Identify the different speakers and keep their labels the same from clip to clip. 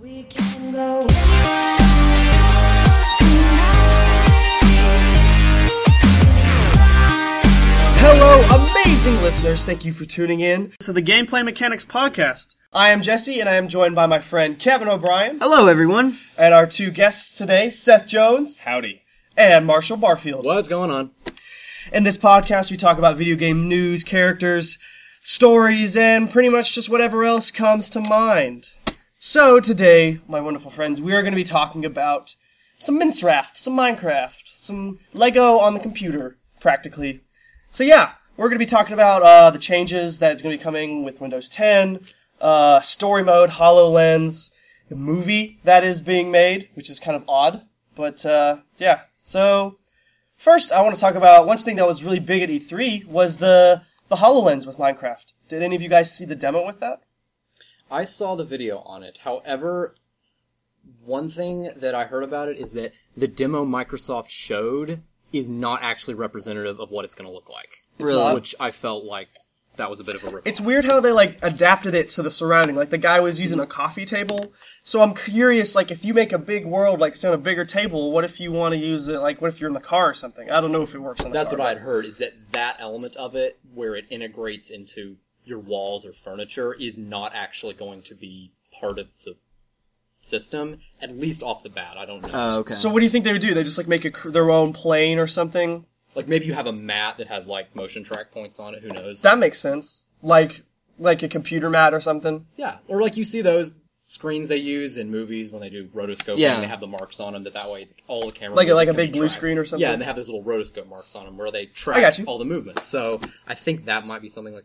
Speaker 1: We can go.
Speaker 2: Hello, amazing listeners. Thank you for tuning in.
Speaker 3: to the Gameplay Mechanics Podcast.
Speaker 2: I am Jesse, and I am joined by my friend Kevin O'Brien
Speaker 4: Hello, everyone.
Speaker 2: and our two guests today, Seth Jones
Speaker 3: Howdy.
Speaker 2: and Marshall Barfield.
Speaker 4: What's going on?
Speaker 2: In this podcast, we talk about video game news, characters, stories, and pretty much just whatever else comes to mind. So today, my wonderful friends, we are going to be talking about some Minecraft, some Minecraft, some Lego on the computer, practically. So yeah, we're going to be talking about uh, the changes that's going to be coming with Windows 10, uh, story mode, Hololens, the movie that is being made, which is kind of odd, but uh, yeah. So First, I want to talk about one thing that was really big at E3 was the the Hololens with Minecraft. Did any of you guys see the demo with that?
Speaker 4: I saw the video on it. However, one thing that I heard about it is that the demo Microsoft showed is not actually representative of what it's going to look like.
Speaker 2: not?
Speaker 4: Which I felt like that was a bit of a rip.
Speaker 2: It's weird how they like adapted it to the surrounding. Like the guy was using a coffee table. So I'm curious, like if you make a big world, like say on a bigger table, what if you want to use it? Like what if you're in the car or something? I don't know if it works on the
Speaker 4: That's
Speaker 2: car.
Speaker 4: what I had heard is that that element of it, where it integrates into your walls or furniture, is not actually going to be part of the system, at least off the bat. I don't know.
Speaker 5: okay.
Speaker 2: So what do you think they would do? They just like make a, cr- their own plane or something?
Speaker 4: Like maybe you have a mat that has like motion track points on it. Who knows?
Speaker 2: That makes sense. Like like a computer mat or something.
Speaker 4: yeah, or like you see those screens they use in movies when they do rotoscoping.
Speaker 5: Yeah.
Speaker 4: They have the marks on them that that way all the camera
Speaker 2: Like a-
Speaker 4: movement
Speaker 2: like a
Speaker 4: can be
Speaker 2: big blue
Speaker 4: tracked.
Speaker 2: screen or something?
Speaker 4: Yeah, and they have those little rotoscope marks on them where they track
Speaker 2: got you.
Speaker 4: all the movements. So I think that might be something like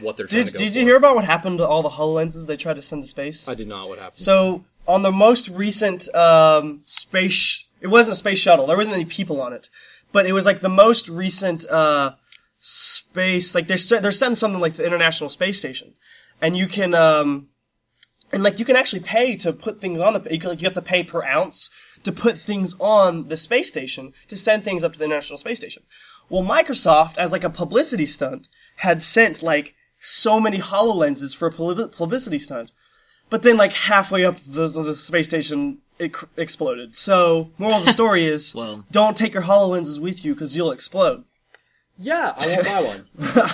Speaker 4: what they're trying
Speaker 2: Did
Speaker 4: to go
Speaker 2: did
Speaker 4: for.
Speaker 2: you hear about what happened to all the Hololenses they tried to send to space?
Speaker 4: I did not. What happened?
Speaker 2: So on the most recent um, space, it wasn't a space shuttle. There wasn't any people on it, but it was like the most recent uh, space. Like they're se- they're sending something like to International Space Station, and you can um, and like you can actually pay to put things on the. You, can- like, you have to pay per ounce to put things on the space station to send things up to the International Space Station. Well, Microsoft, as like a publicity stunt, had sent like so many Hololenses for a publi- publicity stunt. But then, like halfway up the, the space station, it cr- exploded. So, moral of the story is:
Speaker 5: Well.
Speaker 2: don't take your Hololenses with you because you'll explode.
Speaker 4: yeah, I won't buy one.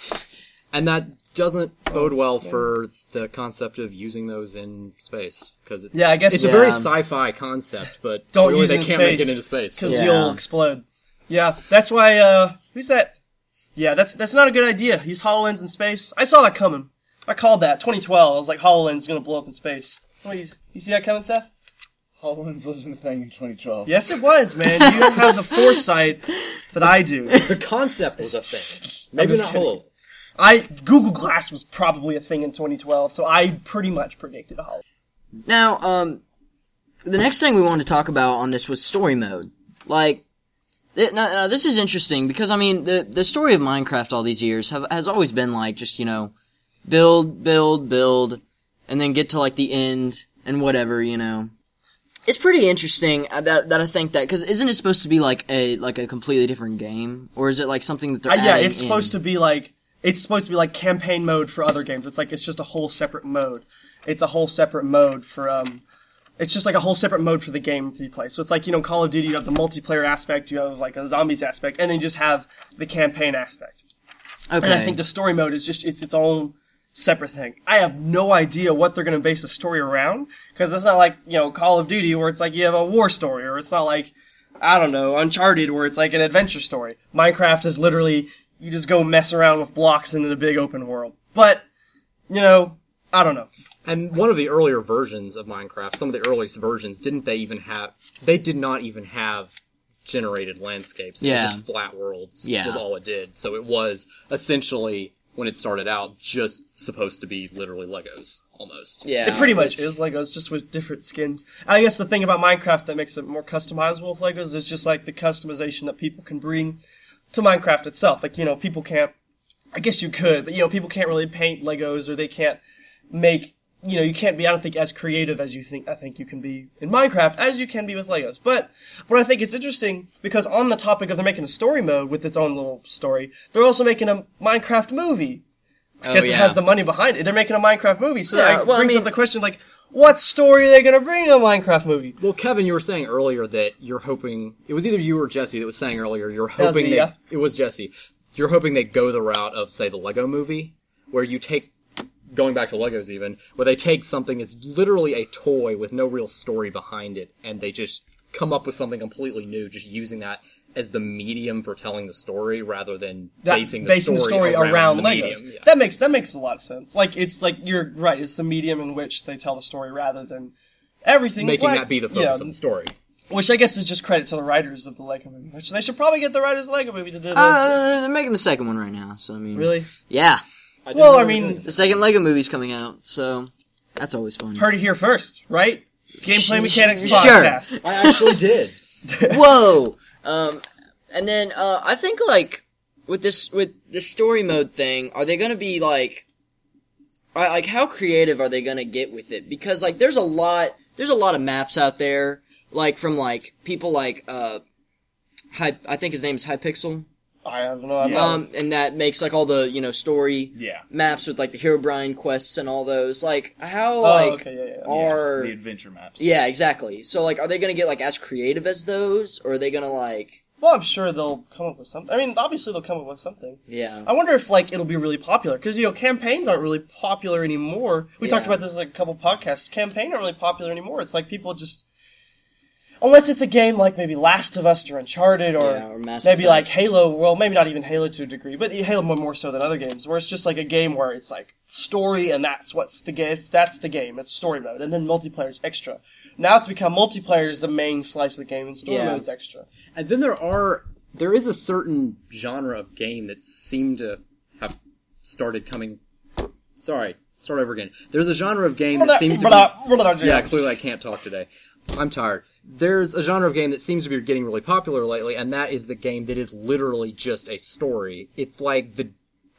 Speaker 4: and that doesn't bode
Speaker 2: Oh,
Speaker 4: well for the concept of using those in space because it's
Speaker 2: Yeah, Um, I guess-
Speaker 4: it's a very
Speaker 5: Yeah.
Speaker 4: sci-fi concept, but
Speaker 2: Don't
Speaker 4: clearly
Speaker 2: use
Speaker 4: they
Speaker 2: it in
Speaker 4: can't make
Speaker 2: space,
Speaker 4: it into space.
Speaker 2: Because
Speaker 5: Yeah.
Speaker 2: you'll explode. Yeah, that's why. uh Who's that? Yeah, that's that's not a good idea. Use Hololens in space. I saw that coming. I called that 2012. I was like, Hololens is gonna blow up in space. Wait, you, you see that coming, Seth?
Speaker 5: Hollands wasn't a thing in 2012.
Speaker 2: Yes, it was, man. You don't have the foresight that I do.
Speaker 4: The concept was a thing. Maybe
Speaker 2: just
Speaker 4: not
Speaker 2: kidding.
Speaker 4: whole.
Speaker 2: I Google Glass was probably a thing in 2012, so I pretty much predicted a Hololens.
Speaker 5: Now, um, the next thing we wanted to talk about on this was story mode. Like, it, now, now this is interesting because I mean the the story of Minecraft all these years have, has always been like just you know build, build, build, and then get to like the end and whatever you know. It's pretty interesting uh, that, that I think that because isn't it supposed to be like a like a completely different game or is it like something that they're
Speaker 2: Uh, yeah,
Speaker 5: adding
Speaker 2: it's supposed to be like it's supposed to be like campaign mode for other games. It's like it's just a whole separate mode. It's a whole separate mode for um it's just like a whole separate mode for the game that you play. So it's like, you know, Call of Duty, you have the multiplayer aspect, you have like a zombies aspect, and then you just have the campaign aspect.
Speaker 5: to. Okay.
Speaker 2: And I think the story mode is just it's its own separate thing. I have no idea what they're going to base the story around because it's not like you know Call of Duty where it's like you have a war story, or it's not like I don't know Uncharted where it's like an adventure story. Minecraft is literally you just go mess around with blocks into the big open world. But you know, I don't know.
Speaker 4: And one of the earlier versions of Minecraft, some of the earliest versions, didn't they even have? They did not even have generated landscapes. It
Speaker 5: Yeah.
Speaker 4: was just flat worlds.
Speaker 5: Yeah.
Speaker 4: was all it did. So it was essentially when it started out just supposed to be literally Legos almost.
Speaker 5: yeah,
Speaker 2: It pretty much is Legos, just with different skins. I guess the thing about Minecraft that makes it more customizable with Legos is just like the customization that people can bring to Minecraft itself. Like, you know, people can't, I guess you could, but you know, people can't really paint Legos or they can't make, you know, you can't be, I don't think, as creative as you think, I think you can be in Minecraft as you can be with Legos. But what I think is interesting, because on the topic of they're making a story mode with its own little story, they're also making a Minecraft movie
Speaker 5: Oh,
Speaker 2: guess it
Speaker 5: yeah.
Speaker 4: Oh,
Speaker 2: has the money behind it. They're making a Minecraft movie, so
Speaker 5: Yeah,
Speaker 2: that
Speaker 5: well, I
Speaker 2: brings
Speaker 5: mean-
Speaker 2: up the question like, what story are they going to bring to the Minecraft movie?
Speaker 4: Well, Kevin, you were saying earlier that you're hoping it was either you or Jesse that was saying earlier you're
Speaker 2: was
Speaker 4: hoping
Speaker 2: me,
Speaker 4: they-
Speaker 2: yeah.
Speaker 4: it was Jesse. You're hoping they go the route of say the Lego Movie, where you take going back to Legos even, where they take something that's literally a toy with no real story behind it, and they just come up with something completely new, just using that as the medium for telling the story rather than
Speaker 2: That,
Speaker 4: basing, the, story around, the
Speaker 2: Legos.
Speaker 4: medium. Yeah.
Speaker 2: That makes that makes a lot of sense. Like it's like you're right. It's the medium in which they tell the story rather than everything.
Speaker 4: Making that be the focus of the story.
Speaker 2: Which I guess is just credit to the writers of the Lego movie. Which they should probably get the writers of the Lego movie to do this.
Speaker 5: Uh, they're making the second one right now, so I mean,
Speaker 2: really?
Speaker 5: yeah,
Speaker 4: I didn't
Speaker 2: Well,
Speaker 4: know
Speaker 2: I
Speaker 4: they were
Speaker 2: mean,
Speaker 4: doing this.
Speaker 5: the second Lego movie's coming out, so that's always fun.
Speaker 2: Heard it here first, right? Gameplay Mechanics
Speaker 5: Sure.
Speaker 2: Podcast.
Speaker 4: I actually did.
Speaker 5: Whoa. Um, and then uh, I think like with this with the story mode thing, are they gonna be like, I- like how creative are they gonna get with it? Because like there's a lot there's a lot of maps out there like from like people like uh, Hy- I think his name is Hypixel.
Speaker 2: I don't know. I'm not-
Speaker 5: Um, and that makes like all the you know story
Speaker 1: Yeah.
Speaker 5: maps with like the Herobrine quests and all those. Like how
Speaker 2: oh,
Speaker 5: like
Speaker 2: okay, yeah, yeah.
Speaker 5: are
Speaker 1: the adventure maps.
Speaker 5: yeah, exactly. So like, are they gonna get like as creative as those, or are they gonna like
Speaker 2: Well, I'm sure they'll come up with something. I mean, obviously they'll come up with something.
Speaker 5: yeah?
Speaker 2: I wonder if like it'll be really popular because you know campaigns aren't really popular anymore. We
Speaker 5: Yeah.
Speaker 2: talked about this in a couple podcasts. Campaign aren't really popular anymore. It's like people just unless it's a game like maybe Last of Us or Uncharted or,
Speaker 5: Yeah, or Mass
Speaker 2: maybe
Speaker 5: Effect.
Speaker 2: like Halo. Well, maybe not even Halo to a degree, but Halo more more so than other games, where it's just like a game where it's like story and that's what's the game. That's the game. It's story mode, and then multiplayer is extra. Now it's become multiplayer is the main slice of the game, and story
Speaker 5: Yeah.
Speaker 2: mode is extra.
Speaker 4: And then there are there is a certain genre of game that seemed to have started coming. Sorry, start over again. There's a genre of game that seems to be. Yeah, clearly I can't talk today. I'm tired. There's a genre of game that seems to be getting really popular lately, and that is the game that is literally just a story. It's like the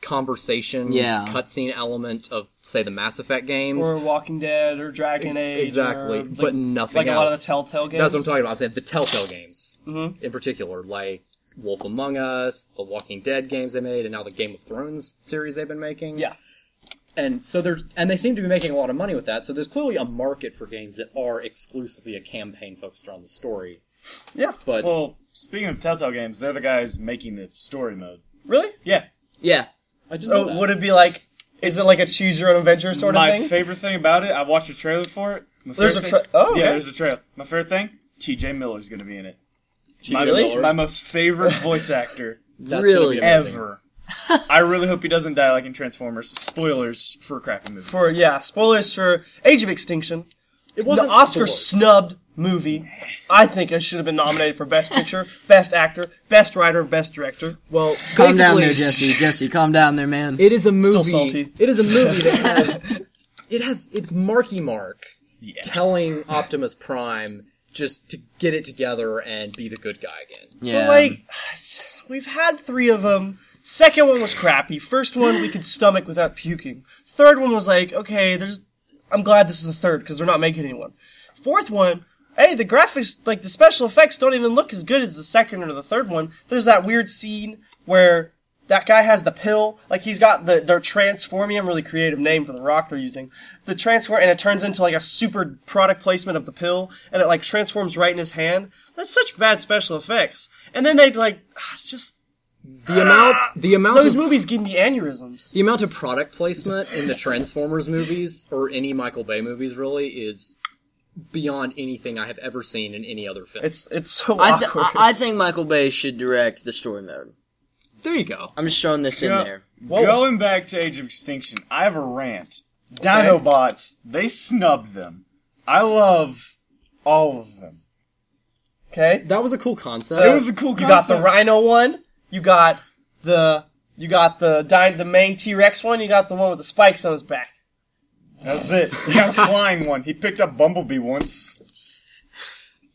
Speaker 4: conversation
Speaker 5: Yeah.
Speaker 4: cutscene element of, say, the Mass Effect games.
Speaker 2: or Walking Dead or Dragon Age.
Speaker 4: exactly,
Speaker 2: or, like-
Speaker 4: but nothing
Speaker 2: Like a lot of
Speaker 4: else.
Speaker 2: the Telltale games. Mm-hmm.
Speaker 4: That's what I'm talking about. I'm saying the Telltale games, in particular, like Wolf Among Us, the Walking Dead games they made, and now the Game of Thrones series they've been making.
Speaker 2: Yeah.
Speaker 4: and so they're and they seem to be making a lot of money with that. So there's clearly a market for games that are exclusively a campaign focused around the story.
Speaker 2: Yeah.
Speaker 4: But
Speaker 1: Well, speaking of Telltale games, they're the guys making the story mode.
Speaker 2: Really?
Speaker 1: Yeah.
Speaker 5: Yeah,
Speaker 4: I just know
Speaker 2: So
Speaker 4: that.
Speaker 2: would it be like? Is it like a choose your own adventure sort of
Speaker 1: My
Speaker 2: thing?
Speaker 1: favorite thing about it, I watched a trailer for it. My
Speaker 2: There's
Speaker 1: favorite
Speaker 2: a tra-
Speaker 1: thing-
Speaker 2: oh,
Speaker 1: yeah,
Speaker 2: okay.
Speaker 1: there's a trailer. My favorite thing, T.J. Miller's going to be in it.
Speaker 4: T.J.
Speaker 1: My,
Speaker 2: Really?
Speaker 4: Miller,
Speaker 1: my most favorite voice actor
Speaker 4: that's
Speaker 5: Really?
Speaker 4: gonna be amazing.
Speaker 1: ever. I really hope he doesn't die like in Transformers. Spoilers for a crappy movie.
Speaker 2: for yeah, spoilers for Age of Extinction,
Speaker 4: It
Speaker 2: the
Speaker 4: wasn't
Speaker 2: Oscar
Speaker 4: Lord.
Speaker 2: snubbed movie. I think it should have been nominated for Best Picture, Best Actor, Best Writer, Best Director.
Speaker 4: Well,
Speaker 5: calm down
Speaker 4: basically-
Speaker 5: there, Jesse. Jesse, calm down there, man.
Speaker 4: It is a movie.
Speaker 2: salty.
Speaker 4: It is a movie that has it has it's Marky Mark telling Optimus Prime just to get it together and be the good guy again.
Speaker 2: But
Speaker 5: yeah,
Speaker 2: like, we've had three of them. Second one was crappy. First one we could stomach without puking. Third one was like, okay, there's. I'm glad this is the third because they're not making anyone. Fourth one, hey, the graphics, like the special effects, don't even look as good as the second or the third one. There's that weird scene where that guy has the pill, like he's got the they're transformium, really creative name for the rock they're using. The transform and it turns into like a super product placement of the pill, and it like transforms right in his hand. That's such bad special effects. And then they like, ah, it's just
Speaker 4: The amount the amount
Speaker 2: those
Speaker 4: of,
Speaker 2: movies give me aneurysms.
Speaker 4: the amount of product placement in the Transformers movies or any Michael Bay movies really is beyond anything I have ever seen in any other film.
Speaker 2: It's it's so
Speaker 5: I, th-
Speaker 2: awkward.
Speaker 5: I I think Michael Bay should direct the story mode.
Speaker 4: there you go.
Speaker 5: I'm just throwing this
Speaker 1: Yeah.
Speaker 5: in there.
Speaker 2: Whoa.
Speaker 1: Going back to Age of Extinction, I have a rant.
Speaker 2: Dino-
Speaker 1: Dinobots, they snubbed them. I love all of them.
Speaker 2: okay.
Speaker 4: That was a cool concept.
Speaker 1: It was a cool
Speaker 2: You got the
Speaker 1: concept.
Speaker 2: Rhino one. You got the you got the di- the main T Rex one. You got the one with the spikes on his back.
Speaker 1: That's it. He got a flying one. He picked up Bumblebee once.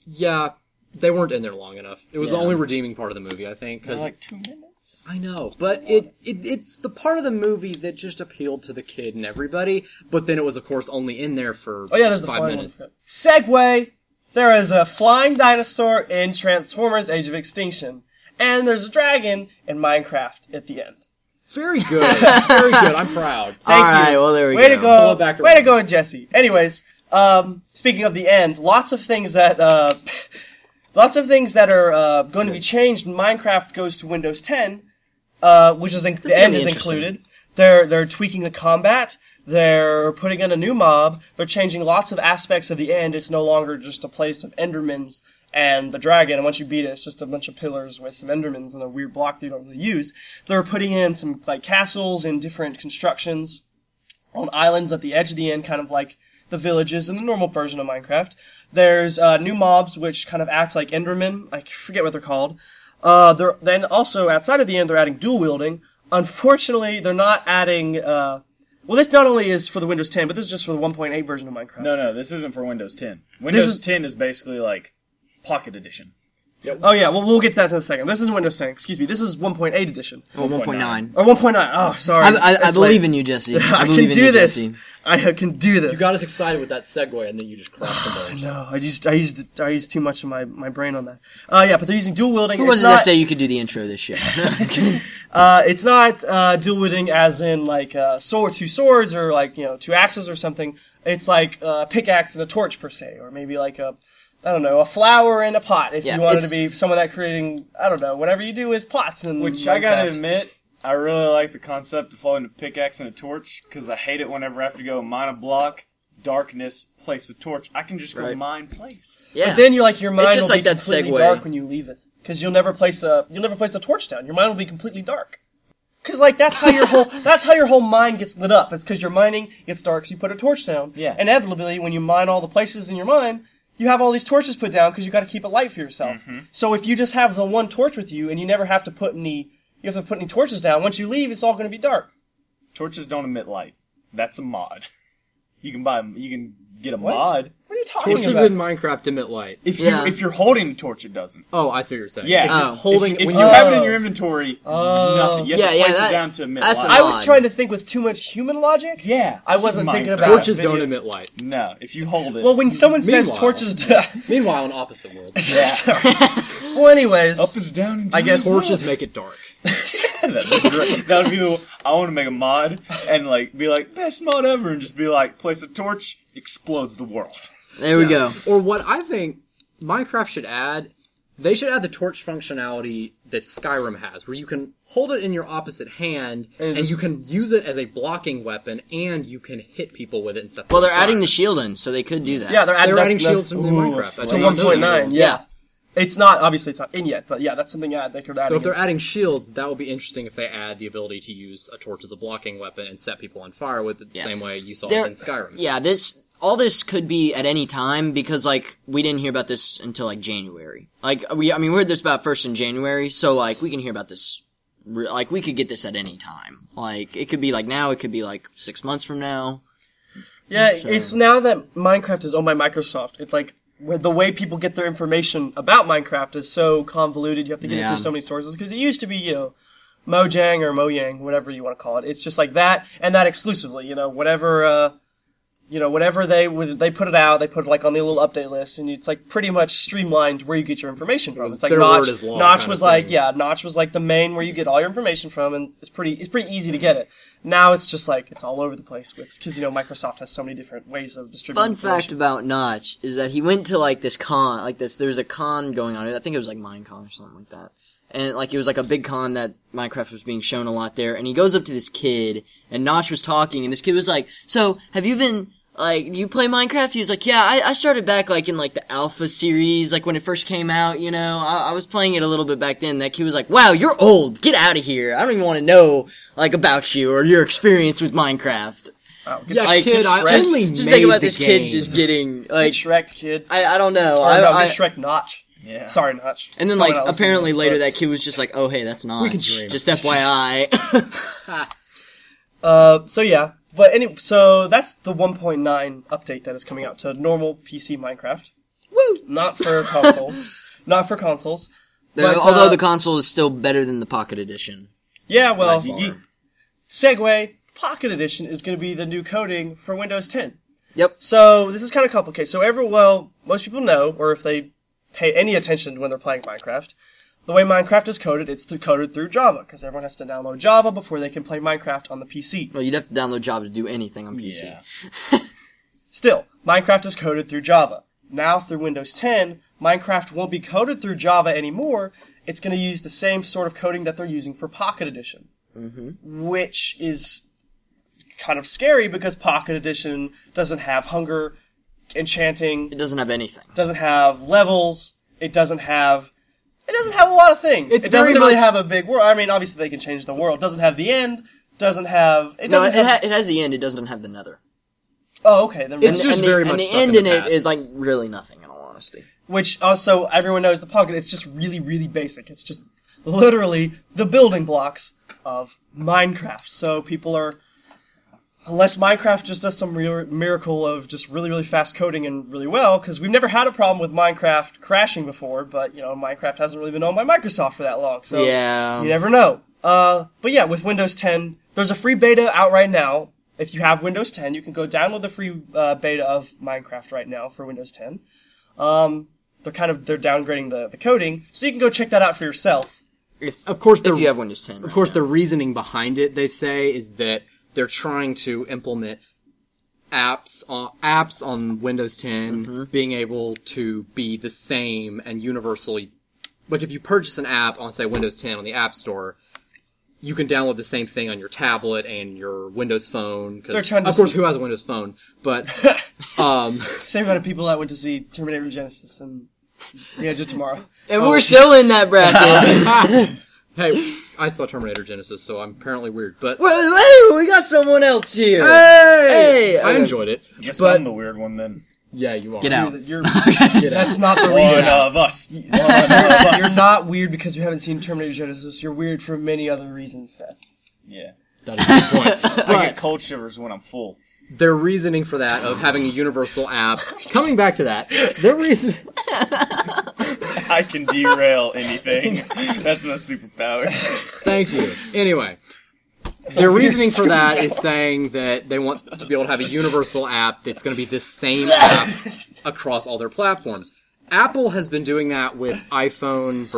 Speaker 4: yeah, they weren't in there long enough. It was the
Speaker 5: Yeah.
Speaker 4: only redeeming part of the movie, I think, because
Speaker 1: Like two minutes.
Speaker 4: I know, but it, it it's the part of the movie that just appealed to the kid and everybody. But then it was, of course, only in there for
Speaker 2: Oh yeah, there's the
Speaker 4: five
Speaker 2: flying
Speaker 4: minutes.
Speaker 2: one. Segway. There is a flying dinosaur in Transformers: Age of Extinction, and there's a dragon in Minecraft at the end.
Speaker 4: Very good, very good. I'm proud.
Speaker 5: All
Speaker 2: Thank
Speaker 5: right,
Speaker 2: you.
Speaker 5: well there we
Speaker 2: Way to
Speaker 5: go.
Speaker 2: go.
Speaker 4: it back
Speaker 2: Way to
Speaker 4: around.
Speaker 2: go, Jesse. Anyways, Um, speaking of the end, lots of things that uh, lots of things that are uh, going to be changed. when Minecraft goes to Windows 10, uh, which is in- the
Speaker 5: is
Speaker 2: end
Speaker 5: gonna
Speaker 2: is
Speaker 5: be interesting.
Speaker 2: included. They're they're tweaking the combat. They're putting in a new mob. They're changing lots of aspects of the end. It's no longer just a place of Endermans and the dragon. And once you beat it, it's just a bunch of pillars with some Endermans and a weird block that you don't really use. They're putting in some like castles and different constructions on islands at the edge of the end, kind of like the villages in the normal version of Minecraft. There's uh, new mobs which kind of act like Endermen. I forget what they're called. Uh, they're, then also outside of the end, they're adding dual wielding. Unfortunately, they're not adding. Uh, well, this not only is for the Windows 10, but this is just for the 1.8 version of Minecraft.
Speaker 1: No, no, this isn't for Windows 10. Windows
Speaker 2: is-
Speaker 1: 10 is basically like Pocket Edition.
Speaker 2: Oh yeah, well we'll get to that in a second. This isn't Windows 10. Excuse me. This is 1.8 edition
Speaker 5: Well, 1.9.
Speaker 2: or 1.9. Oh, sorry.
Speaker 5: I, I, I
Speaker 2: It's
Speaker 5: believe
Speaker 2: late.
Speaker 5: in you, Jesse. I,
Speaker 2: I,
Speaker 5: believe
Speaker 2: can
Speaker 5: in
Speaker 2: do
Speaker 5: you,
Speaker 2: this.
Speaker 5: Jesse.
Speaker 2: I can do this.
Speaker 4: You got us excited with that segue, and then you just crashed the boat.
Speaker 2: No, I used I used I used too much of my, my brain on that. Uh, yeah, but they're using dual wielding.
Speaker 5: Who
Speaker 2: it's
Speaker 5: was it
Speaker 2: not,
Speaker 5: that said you could do the intro this year?
Speaker 2: Uh, it's not uh, dual wielding as in like uh, sword, two swords, or like you know two axes or something. It's like uh, a pickaxe and a torch per se, or maybe like a I don't know a flower in a pot. If
Speaker 5: Yeah,
Speaker 2: you wanted
Speaker 5: it's-
Speaker 2: to be someone that creating I don't know whatever you do with pots and
Speaker 1: Which I gotta
Speaker 2: Minecraft.
Speaker 1: admit, I really like the concept of holding a pickaxe and a torch because I hate it whenever I have to go mine a block, darkness, place a torch. I can just go
Speaker 5: Right.
Speaker 1: mine place.
Speaker 5: yeah.
Speaker 2: But then you like your mind
Speaker 5: just
Speaker 2: will
Speaker 5: like
Speaker 2: be
Speaker 5: that
Speaker 2: completely
Speaker 5: segue.
Speaker 2: dark when you leave it because you'll never place a you'll never place the torch down. Your mind will be completely dark. Cause like that's how your whole that's how your whole mind gets lit up. It's because you're mining, it's dark, so you put a torch down.
Speaker 1: Yeah.
Speaker 2: Inevitably, when you mine all the places in your mind, you have all these torches put down because you got to keep it light for yourself. So if you just have the one torch with you and you never have to put any you have to put any torches down. Once you leave, it's all going to be dark.
Speaker 1: Torches don't emit light. That's a mod. You can buy. You can get a
Speaker 2: What?
Speaker 1: mod.
Speaker 2: What are you talking
Speaker 4: Torches
Speaker 2: about?
Speaker 4: in Minecraft emit light.
Speaker 1: If
Speaker 5: Yeah.
Speaker 1: you if you're holding a torch, it doesn't.
Speaker 4: Oh, I see what you're saying.
Speaker 1: Yeah.
Speaker 4: If you're
Speaker 5: Oh.
Speaker 4: holding
Speaker 1: if, you- if
Speaker 4: when
Speaker 1: you uh, Oh.
Speaker 4: you're-
Speaker 1: have it in your inventory, nothing. You have
Speaker 5: Yeah,
Speaker 1: to
Speaker 5: yeah,
Speaker 1: place
Speaker 5: that-
Speaker 1: it down to emit
Speaker 5: that's
Speaker 1: light.
Speaker 5: a
Speaker 2: I was
Speaker 5: God.
Speaker 2: trying to think with too much human logic.
Speaker 1: yeah,
Speaker 2: I
Speaker 1: this is
Speaker 2: wasn't thinking
Speaker 1: Minecraft.
Speaker 2: about it.
Speaker 4: torches
Speaker 2: video-
Speaker 4: don't emit light.
Speaker 1: No, if you hold it.
Speaker 2: Well, when someone says
Speaker 4: Meanwhile-
Speaker 2: torches, d-
Speaker 4: Meanwhile, in opposite world,
Speaker 1: yeah.
Speaker 2: well, anyways,
Speaker 1: up is down. And down
Speaker 2: I guess-
Speaker 1: is up.
Speaker 4: torches make it dark.
Speaker 1: That'd be great. That'd be the. I want to make a mod and like be like best mod ever, and just be like place a torch, explodes the world.
Speaker 5: there we go.
Speaker 4: Or what I think Minecraft should add, they should add the torch functionality that Skyrim has, where you can hold it in your opposite hand and,
Speaker 2: just-
Speaker 4: you can use it as a blocking weapon, and you can hit people with it and stuff.
Speaker 5: Well, they're
Speaker 4: like
Speaker 5: adding the
Speaker 4: that.
Speaker 5: shield in, so they could do that.
Speaker 2: yeah, they're adding, that's-
Speaker 4: they're adding
Speaker 2: that-
Speaker 4: shields from the
Speaker 1: ooh,
Speaker 4: Minecraft I
Speaker 1: to
Speaker 4: did
Speaker 2: to
Speaker 4: not know that.
Speaker 2: 1.9. Yeah.
Speaker 5: Yeah.
Speaker 2: it's not obviously it's not in yet, but yeah, that's something I, they could add.
Speaker 4: So if they're
Speaker 2: against-
Speaker 4: adding shields, that will be interesting if they add the ability to use a torch as a blocking weapon and set people on fire with it the same way you saw
Speaker 5: They're-
Speaker 4: it in Skyrim.
Speaker 5: Yeah, this all this could be at any time because like we didn't hear about this until like January. Like we, I mean, we heard this about first in January, so like we can hear about this. re- Like we could get this at any time. Like it could be like now, it could be like six months from now.
Speaker 2: yeah, it's now that Minecraft is owned by Microsoft. It's like where the way people get their information about Minecraft is so convoluted. You have to get it
Speaker 5: Yeah.
Speaker 2: through so many sources because it used to be you know Mojang or Mojang, whatever you want to call it. It's just like that and that exclusively. You know, whatever. Uh, you know, whatever they would, they put it out, they put it like on the little update list, and it's like pretty much streamlined where you get your information from.
Speaker 4: was
Speaker 2: It's like
Speaker 4: their
Speaker 2: Notch.
Speaker 4: word is law
Speaker 2: Notch
Speaker 4: kind
Speaker 2: was
Speaker 4: of
Speaker 2: like,
Speaker 4: thing.
Speaker 2: yeah, Notch was like the main where you get all your information from, and it's pretty, it's pretty easy to get it. Now it's just like it's all over the place with because you know Microsoft has so many different ways of distributing.
Speaker 5: Fun fact
Speaker 2: information.
Speaker 5: about Notch is that he went to like this con, like this. There was a con going on. I think it was like Minecon or something like that. And like it was like a big con that Minecraft was being shown a lot there. And he goes up to this kid, and Notch was talking, and this kid was like, "So have you been like do you play Minecraft?" He was like, "Yeah, I, I started back like in like the Alpha series, like when it first came out. You know, I, I was playing it a little bit back then." That kid was like, "Wow, you're old. Get out of here. I don't even want to know like about you or your experience with Minecraft."
Speaker 2: Wow, good
Speaker 4: Yeah,
Speaker 2: sh-
Speaker 5: Like,
Speaker 4: kid, I
Speaker 5: Shrek- just,
Speaker 4: only
Speaker 5: just
Speaker 4: made
Speaker 5: think about
Speaker 4: the
Speaker 5: this
Speaker 4: game.
Speaker 5: kid just getting
Speaker 2: good
Speaker 5: like
Speaker 2: Shrek kid.
Speaker 5: I, I don't know.
Speaker 2: Or
Speaker 5: I,
Speaker 2: no,
Speaker 5: I-
Speaker 2: good Shrek Notch.
Speaker 1: Yeah.
Speaker 2: Sorry, Notch.
Speaker 5: and then
Speaker 2: Someone
Speaker 5: like
Speaker 2: else listening
Speaker 5: apparently
Speaker 2: to this,
Speaker 5: later
Speaker 2: but-
Speaker 5: that kid was just like, oh hey, that's not
Speaker 4: can dream.
Speaker 5: just FYI.
Speaker 2: Uh, so yeah, but any so that's the 1.9 update that is coming out to normal PC Minecraft. Woo! Not for consoles. Not for consoles. But,
Speaker 5: Although
Speaker 2: uh,
Speaker 5: the console is still better than the Pocket Edition.
Speaker 2: Yeah, well,
Speaker 5: far.
Speaker 2: you- Segway Pocket Edition is going to be the new coding for Windows 10.
Speaker 5: Yep.
Speaker 2: So this is kind of complicated. So every well, most people know, or if they pay any attention when they're playing Minecraft, the way Minecraft is coded, it's through, coded through Java because everyone has to download Java before they can play Minecraft on the PC.
Speaker 5: Well, you'd have to download Java to do anything on PC.
Speaker 1: Yeah.
Speaker 2: Still, Minecraft is coded through Java. Now through Windows 10, Minecraft won't be coded through Java anymore. It's going to use the same sort of coding that they're using for Pocket Edition,
Speaker 5: Mm-hmm.
Speaker 2: which is kind of scary because Pocket Edition doesn't have hunger, enchanting,
Speaker 5: It doesn't have anything.
Speaker 2: doesn't have levels. It doesn't have. It doesn't have a lot of things.
Speaker 5: It's
Speaker 2: it doesn't
Speaker 5: very
Speaker 2: really
Speaker 5: much-
Speaker 2: have a big world. I mean, obviously they can change the world. Doesn't have the end. Doesn't have. It
Speaker 5: No,
Speaker 2: doesn't
Speaker 5: it,
Speaker 2: have.
Speaker 5: ha- it has the end. It doesn't have the nether.
Speaker 2: oh, okay. Then
Speaker 4: It's
Speaker 5: And-
Speaker 4: just
Speaker 5: and the-
Speaker 4: very
Speaker 5: and
Speaker 4: much
Speaker 5: the
Speaker 4: stuck
Speaker 5: end
Speaker 4: in the
Speaker 5: it
Speaker 4: past.
Speaker 5: is like really nothing. In all honesty,
Speaker 2: which also everyone knows the pocket. It's just really, really basic. It's just literally the building blocks of Minecraft. So people are, unless Minecraft just does some real miracle of just really, really fast coding and really well, because we've never had a problem with Minecraft crashing before. But you know, Minecraft hasn't really been owned by Microsoft for that long. So
Speaker 5: Yeah.
Speaker 4: Um,
Speaker 2: you never know. Uh, but yeah, with Windows 10, there's a free beta out right now. If you have Windows 10, you can go download the free uh, beta of Minecraft right now for Windows 10 they're kind of they're downgrading the, the coding so you can go check that out for yourself
Speaker 5: if,
Speaker 4: Of course, the,
Speaker 5: if you have Windows 10,
Speaker 4: of course, the reasoning behind it, they say, is that they're trying to implement apps on apps on Windows 10
Speaker 2: Mm-hmm.
Speaker 4: being able to be the same and universally. Like if you purchase an app on say Windows 10 on the App Store, you can download the same thing on your tablet and your Windows phone.
Speaker 2: They're
Speaker 4: Because
Speaker 2: trying to
Speaker 4: of course,
Speaker 2: s-
Speaker 4: who has a Windows phone? But um,
Speaker 2: same amount of people that went to see terminator genesis and the edge of tomorrow
Speaker 5: and we're still in that bracket.
Speaker 4: hey, I saw Terminator Genesis, so I'm apparently weird. But
Speaker 5: Whoa, whoa, we got someone else here.
Speaker 4: hey, I
Speaker 5: okay.
Speaker 4: enjoyed it.
Speaker 1: Guess
Speaker 4: But-
Speaker 1: I'm the weird one then.
Speaker 4: Yeah, you are.
Speaker 5: Get out.
Speaker 2: you're, that's not the
Speaker 1: One
Speaker 2: reason
Speaker 1: of us. One of us.
Speaker 2: you're not weird because you haven't seen terminator genesis you're weird for many other reasons Seth.
Speaker 1: Yeah.
Speaker 4: That is a good point.
Speaker 1: I get cold shivers when I'm full.
Speaker 4: their reasoning for that of having a universal app. Coming back to that, their reason
Speaker 1: I can derail anything. That's my superpower.
Speaker 4: Thank you. Anyway, their reasoning for that is saying that they want to be able to have a universal app that's going to be the same app across all their platforms. Apple has been doing that with
Speaker 2: Superman
Speaker 4: iPhone
Speaker 2: of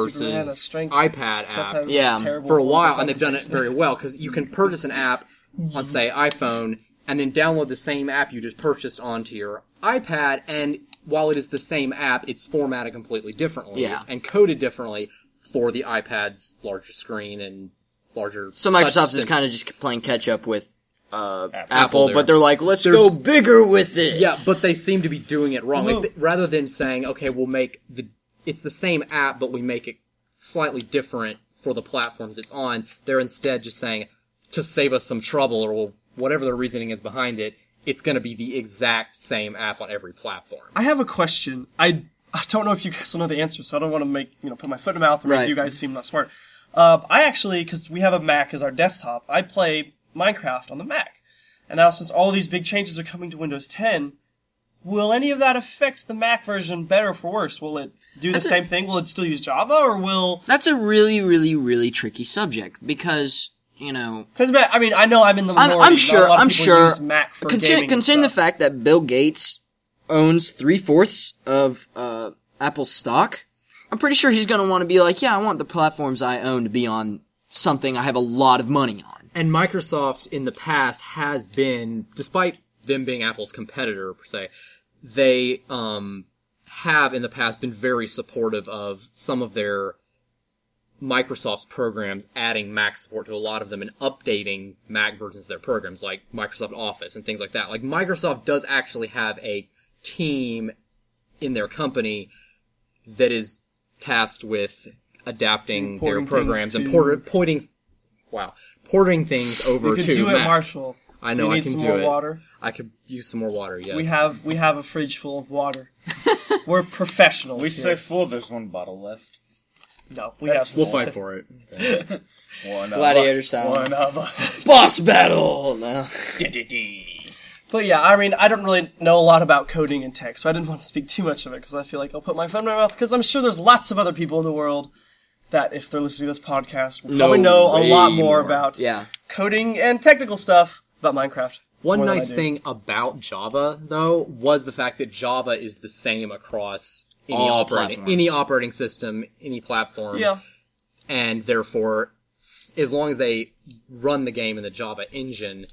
Speaker 4: versus
Speaker 2: strength.
Speaker 4: iPad
Speaker 2: Seth has
Speaker 4: apps
Speaker 5: Yeah.
Speaker 2: terrible
Speaker 4: for a
Speaker 2: forms
Speaker 4: while,
Speaker 2: of
Speaker 4: and they've done it very well because you can purchase an app
Speaker 5: Mm-hmm.
Speaker 4: on, say, iPhone, and then download the same app you just purchased onto your iPad. And while it is the same app, it's formatted completely differently
Speaker 5: Yeah.
Speaker 4: and coded differently for the iPad's larger screen and larger.
Speaker 5: So Microsoft is
Speaker 4: touchscreen.
Speaker 5: kind of just playing catch up with uh, Apple,
Speaker 4: Apple there.
Speaker 5: but they're like, let's go bigger with it.
Speaker 4: Yeah, but they seem to be doing it wrong. Like,
Speaker 2: No.
Speaker 4: th- rather than saying, okay, we'll make the it's the same app, but we make it slightly different for the platforms it's on. They're instead just saying to save us some trouble or we'll, whatever their reasoning is behind it. It's going to be the exact same app on every platform.
Speaker 2: I have a question. I I don't know if you guys will know the answer, so I don't want to make you know put my foot in my mouth and
Speaker 5: Right.
Speaker 2: make you guys seem not smart. Uh, I actually, because we have a Mac as our desktop, I play Minecraft on the Mac. And now, since all these big changes are coming to Windows 10, will any of that affect the Mac version better or for worse? Will it do the same thing? Will it still use Java, or will?
Speaker 5: That's a really, really, really tricky subject because you know
Speaker 2: Because I mean, I know I'm in the
Speaker 5: I'm,
Speaker 2: minority.
Speaker 5: I'm
Speaker 2: Not
Speaker 5: sure.
Speaker 2: A lot of
Speaker 5: I'm
Speaker 2: people
Speaker 5: sure.
Speaker 2: Use Mac for
Speaker 5: considering
Speaker 2: gaming and
Speaker 5: considering the
Speaker 2: stuff.
Speaker 5: fact that Bill Gates owns three fourths of uh, Apple's stock, I'm pretty sure he's going to want to be like, yeah, I want the platforms I own to be on something I have a lot of money on.
Speaker 4: And Microsoft in the past has been, despite them being Apple's competitor per se, they um, have in the past been very supportive of some of their Microsoft's programs, adding Mac support to a lot of them and updating Mac versions of their programs, like Microsoft Office and things like that. Like Microsoft does actually have a team in their company that is tasked with adapting
Speaker 2: Porting
Speaker 4: their
Speaker 2: things
Speaker 4: programs and
Speaker 2: to-
Speaker 4: por- porting wow, porting things over
Speaker 2: you could
Speaker 4: to
Speaker 2: do it,
Speaker 4: Mac.
Speaker 2: Marshall.
Speaker 4: I
Speaker 2: Do
Speaker 4: know
Speaker 2: you
Speaker 4: I
Speaker 2: need
Speaker 4: can
Speaker 2: some
Speaker 4: do
Speaker 2: more
Speaker 4: it.
Speaker 2: water?
Speaker 4: I could use some more water. Yes,
Speaker 2: We have we have a fridge full of water. We're professionals.
Speaker 1: We
Speaker 2: here.
Speaker 1: say full, there's one bottle left.
Speaker 2: no. We
Speaker 1: That's
Speaker 2: have
Speaker 4: We'll fight for it.
Speaker 1: One of
Speaker 5: Gladiator
Speaker 1: us.
Speaker 5: style.
Speaker 1: One of us.
Speaker 5: Boss battle. No.
Speaker 1: Dee-dee-dee.
Speaker 2: But yeah, I mean, I don't really know a lot about coding and tech, so I didn't want to speak too much of it because I feel like I'll put my phone in my mouth because I'm sure there's lots of other people in the world that, if they're listening to this podcast, will probably know a
Speaker 5: way
Speaker 2: lot more, about
Speaker 5: Yeah.
Speaker 2: coding and technical stuff about Minecraft.
Speaker 4: One
Speaker 2: More than
Speaker 4: nice
Speaker 2: I do.
Speaker 4: thing about Java, though, was the fact that Java is the same across any
Speaker 5: All
Speaker 4: operating
Speaker 5: platforms.
Speaker 4: any operating system, any platform,
Speaker 2: Yeah,
Speaker 4: and therefore, s- as long as they run the game in the Java engine,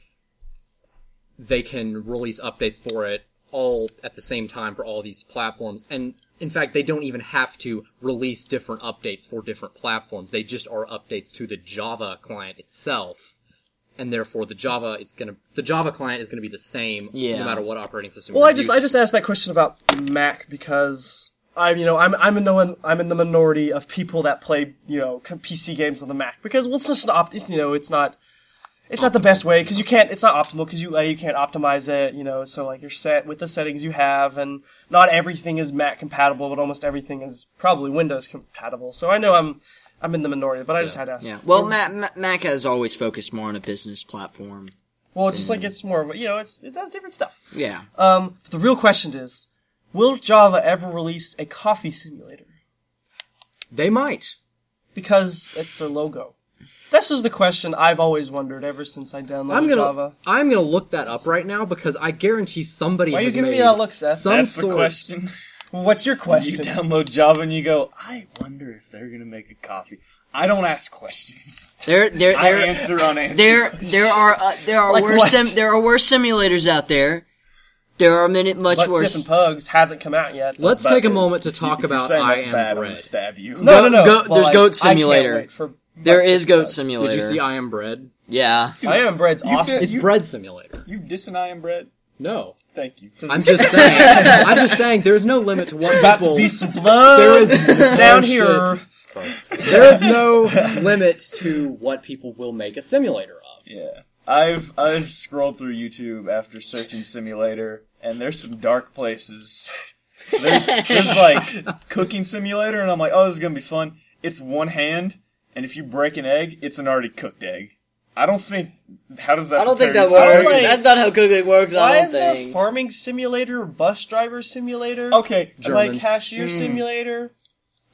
Speaker 4: they can release updates for it all at the same time for all these platforms. And in fact, they don't even have to release different updates for different platforms. They just are updates to the Java client itself. And therefore, the Java is gonna the Java client is gonna be the same
Speaker 5: Yeah.
Speaker 4: no matter what operating system.
Speaker 2: Well,
Speaker 4: you're
Speaker 2: I just I
Speaker 4: using.
Speaker 2: just asked that question about Mac because I'm you know I'm I'm in the I'm in the minority of people that play you know c- PC games on the Mac because well it's just an opt it's, you know it's not it's not the best way because you can't it's not optimal because you uh, you can't optimize it you know so like you're set with the settings you have and not everything is Mac compatible but almost everything is probably Windows compatible so I know I'm I'm in the minority but I just had to ask
Speaker 5: Yeah. Well, Ma- Ma- Mac has always focused more on a business platform.
Speaker 2: well just like it's more of a- you know it's it does different stuff
Speaker 5: Yeah.
Speaker 2: um but the real question is will Java ever release a coffee simulator.
Speaker 4: they might.
Speaker 2: Because it's their logo. This is the question I've always wondered ever since I downloaded
Speaker 4: I'm gonna
Speaker 2: Java.
Speaker 4: I'm gonna look that up right now because I guarantee somebody
Speaker 2: Why are you
Speaker 4: has
Speaker 2: giving me
Speaker 4: made
Speaker 2: that look, Seth?
Speaker 4: some
Speaker 1: That's
Speaker 4: sort.
Speaker 1: the question.
Speaker 2: Well, what's your
Speaker 1: You
Speaker 2: question?
Speaker 1: download Java and you go, I wonder if they're gonna make a copy. I don't ask questions.
Speaker 5: There, there,
Speaker 1: I
Speaker 5: there,
Speaker 1: answer unanswered.
Speaker 5: there, there are uh, there are
Speaker 2: Like
Speaker 5: worse
Speaker 2: what?
Speaker 5: sim- there are worse simulators out there. There are many much
Speaker 2: Let's
Speaker 5: worse.
Speaker 2: Dip and Pugs hasn't come out yet.
Speaker 4: Let's
Speaker 1: But
Speaker 4: take a moment to talk
Speaker 1: if you're
Speaker 4: about
Speaker 1: saying
Speaker 4: I
Speaker 1: that's
Speaker 4: am
Speaker 1: bad, I'm
Speaker 4: bread.
Speaker 1: gonna stab you.
Speaker 2: no, no, no.
Speaker 5: Go- there's
Speaker 2: I-
Speaker 5: Goat
Speaker 2: I can't
Speaker 5: Simulator.
Speaker 2: wait for
Speaker 5: there
Speaker 2: Let's Dip
Speaker 5: is
Speaker 2: and
Speaker 5: Goat
Speaker 2: Pugs.
Speaker 5: Simulator.
Speaker 4: Did you see I am bread?
Speaker 5: yeah.
Speaker 2: I am Bread's awesome.
Speaker 1: did-
Speaker 4: It's
Speaker 1: You-
Speaker 4: bread simulator.
Speaker 1: You dissing I am bread?
Speaker 4: No,
Speaker 1: Thank you.
Speaker 4: I'm just saying. I'm just saying. There's no limit to what
Speaker 2: about
Speaker 4: people.
Speaker 2: to be some blood
Speaker 4: there is
Speaker 2: down
Speaker 4: oh, shit.
Speaker 2: here.
Speaker 4: There is no limit to what people will make a simulator of.
Speaker 1: Yeah. I've I've scrolled through YouTube after searching simulator, and there's some dark places. There's, there's like cooking simulator, and I'm like, oh, this is gonna be fun. It's one hand, and if you break an egg, it's an already cooked egg. I don't think. How does that?
Speaker 5: I don't think
Speaker 1: compare
Speaker 5: that
Speaker 1: to- I
Speaker 5: works.
Speaker 1: don't think-
Speaker 5: That's not how cooking works. I
Speaker 2: Why
Speaker 5: don't
Speaker 2: is there
Speaker 5: think.
Speaker 2: farming simulator, bus driver simulator,
Speaker 1: Okay,
Speaker 2: like
Speaker 4: Germans.
Speaker 2: cashier
Speaker 1: Mm.
Speaker 2: simulator?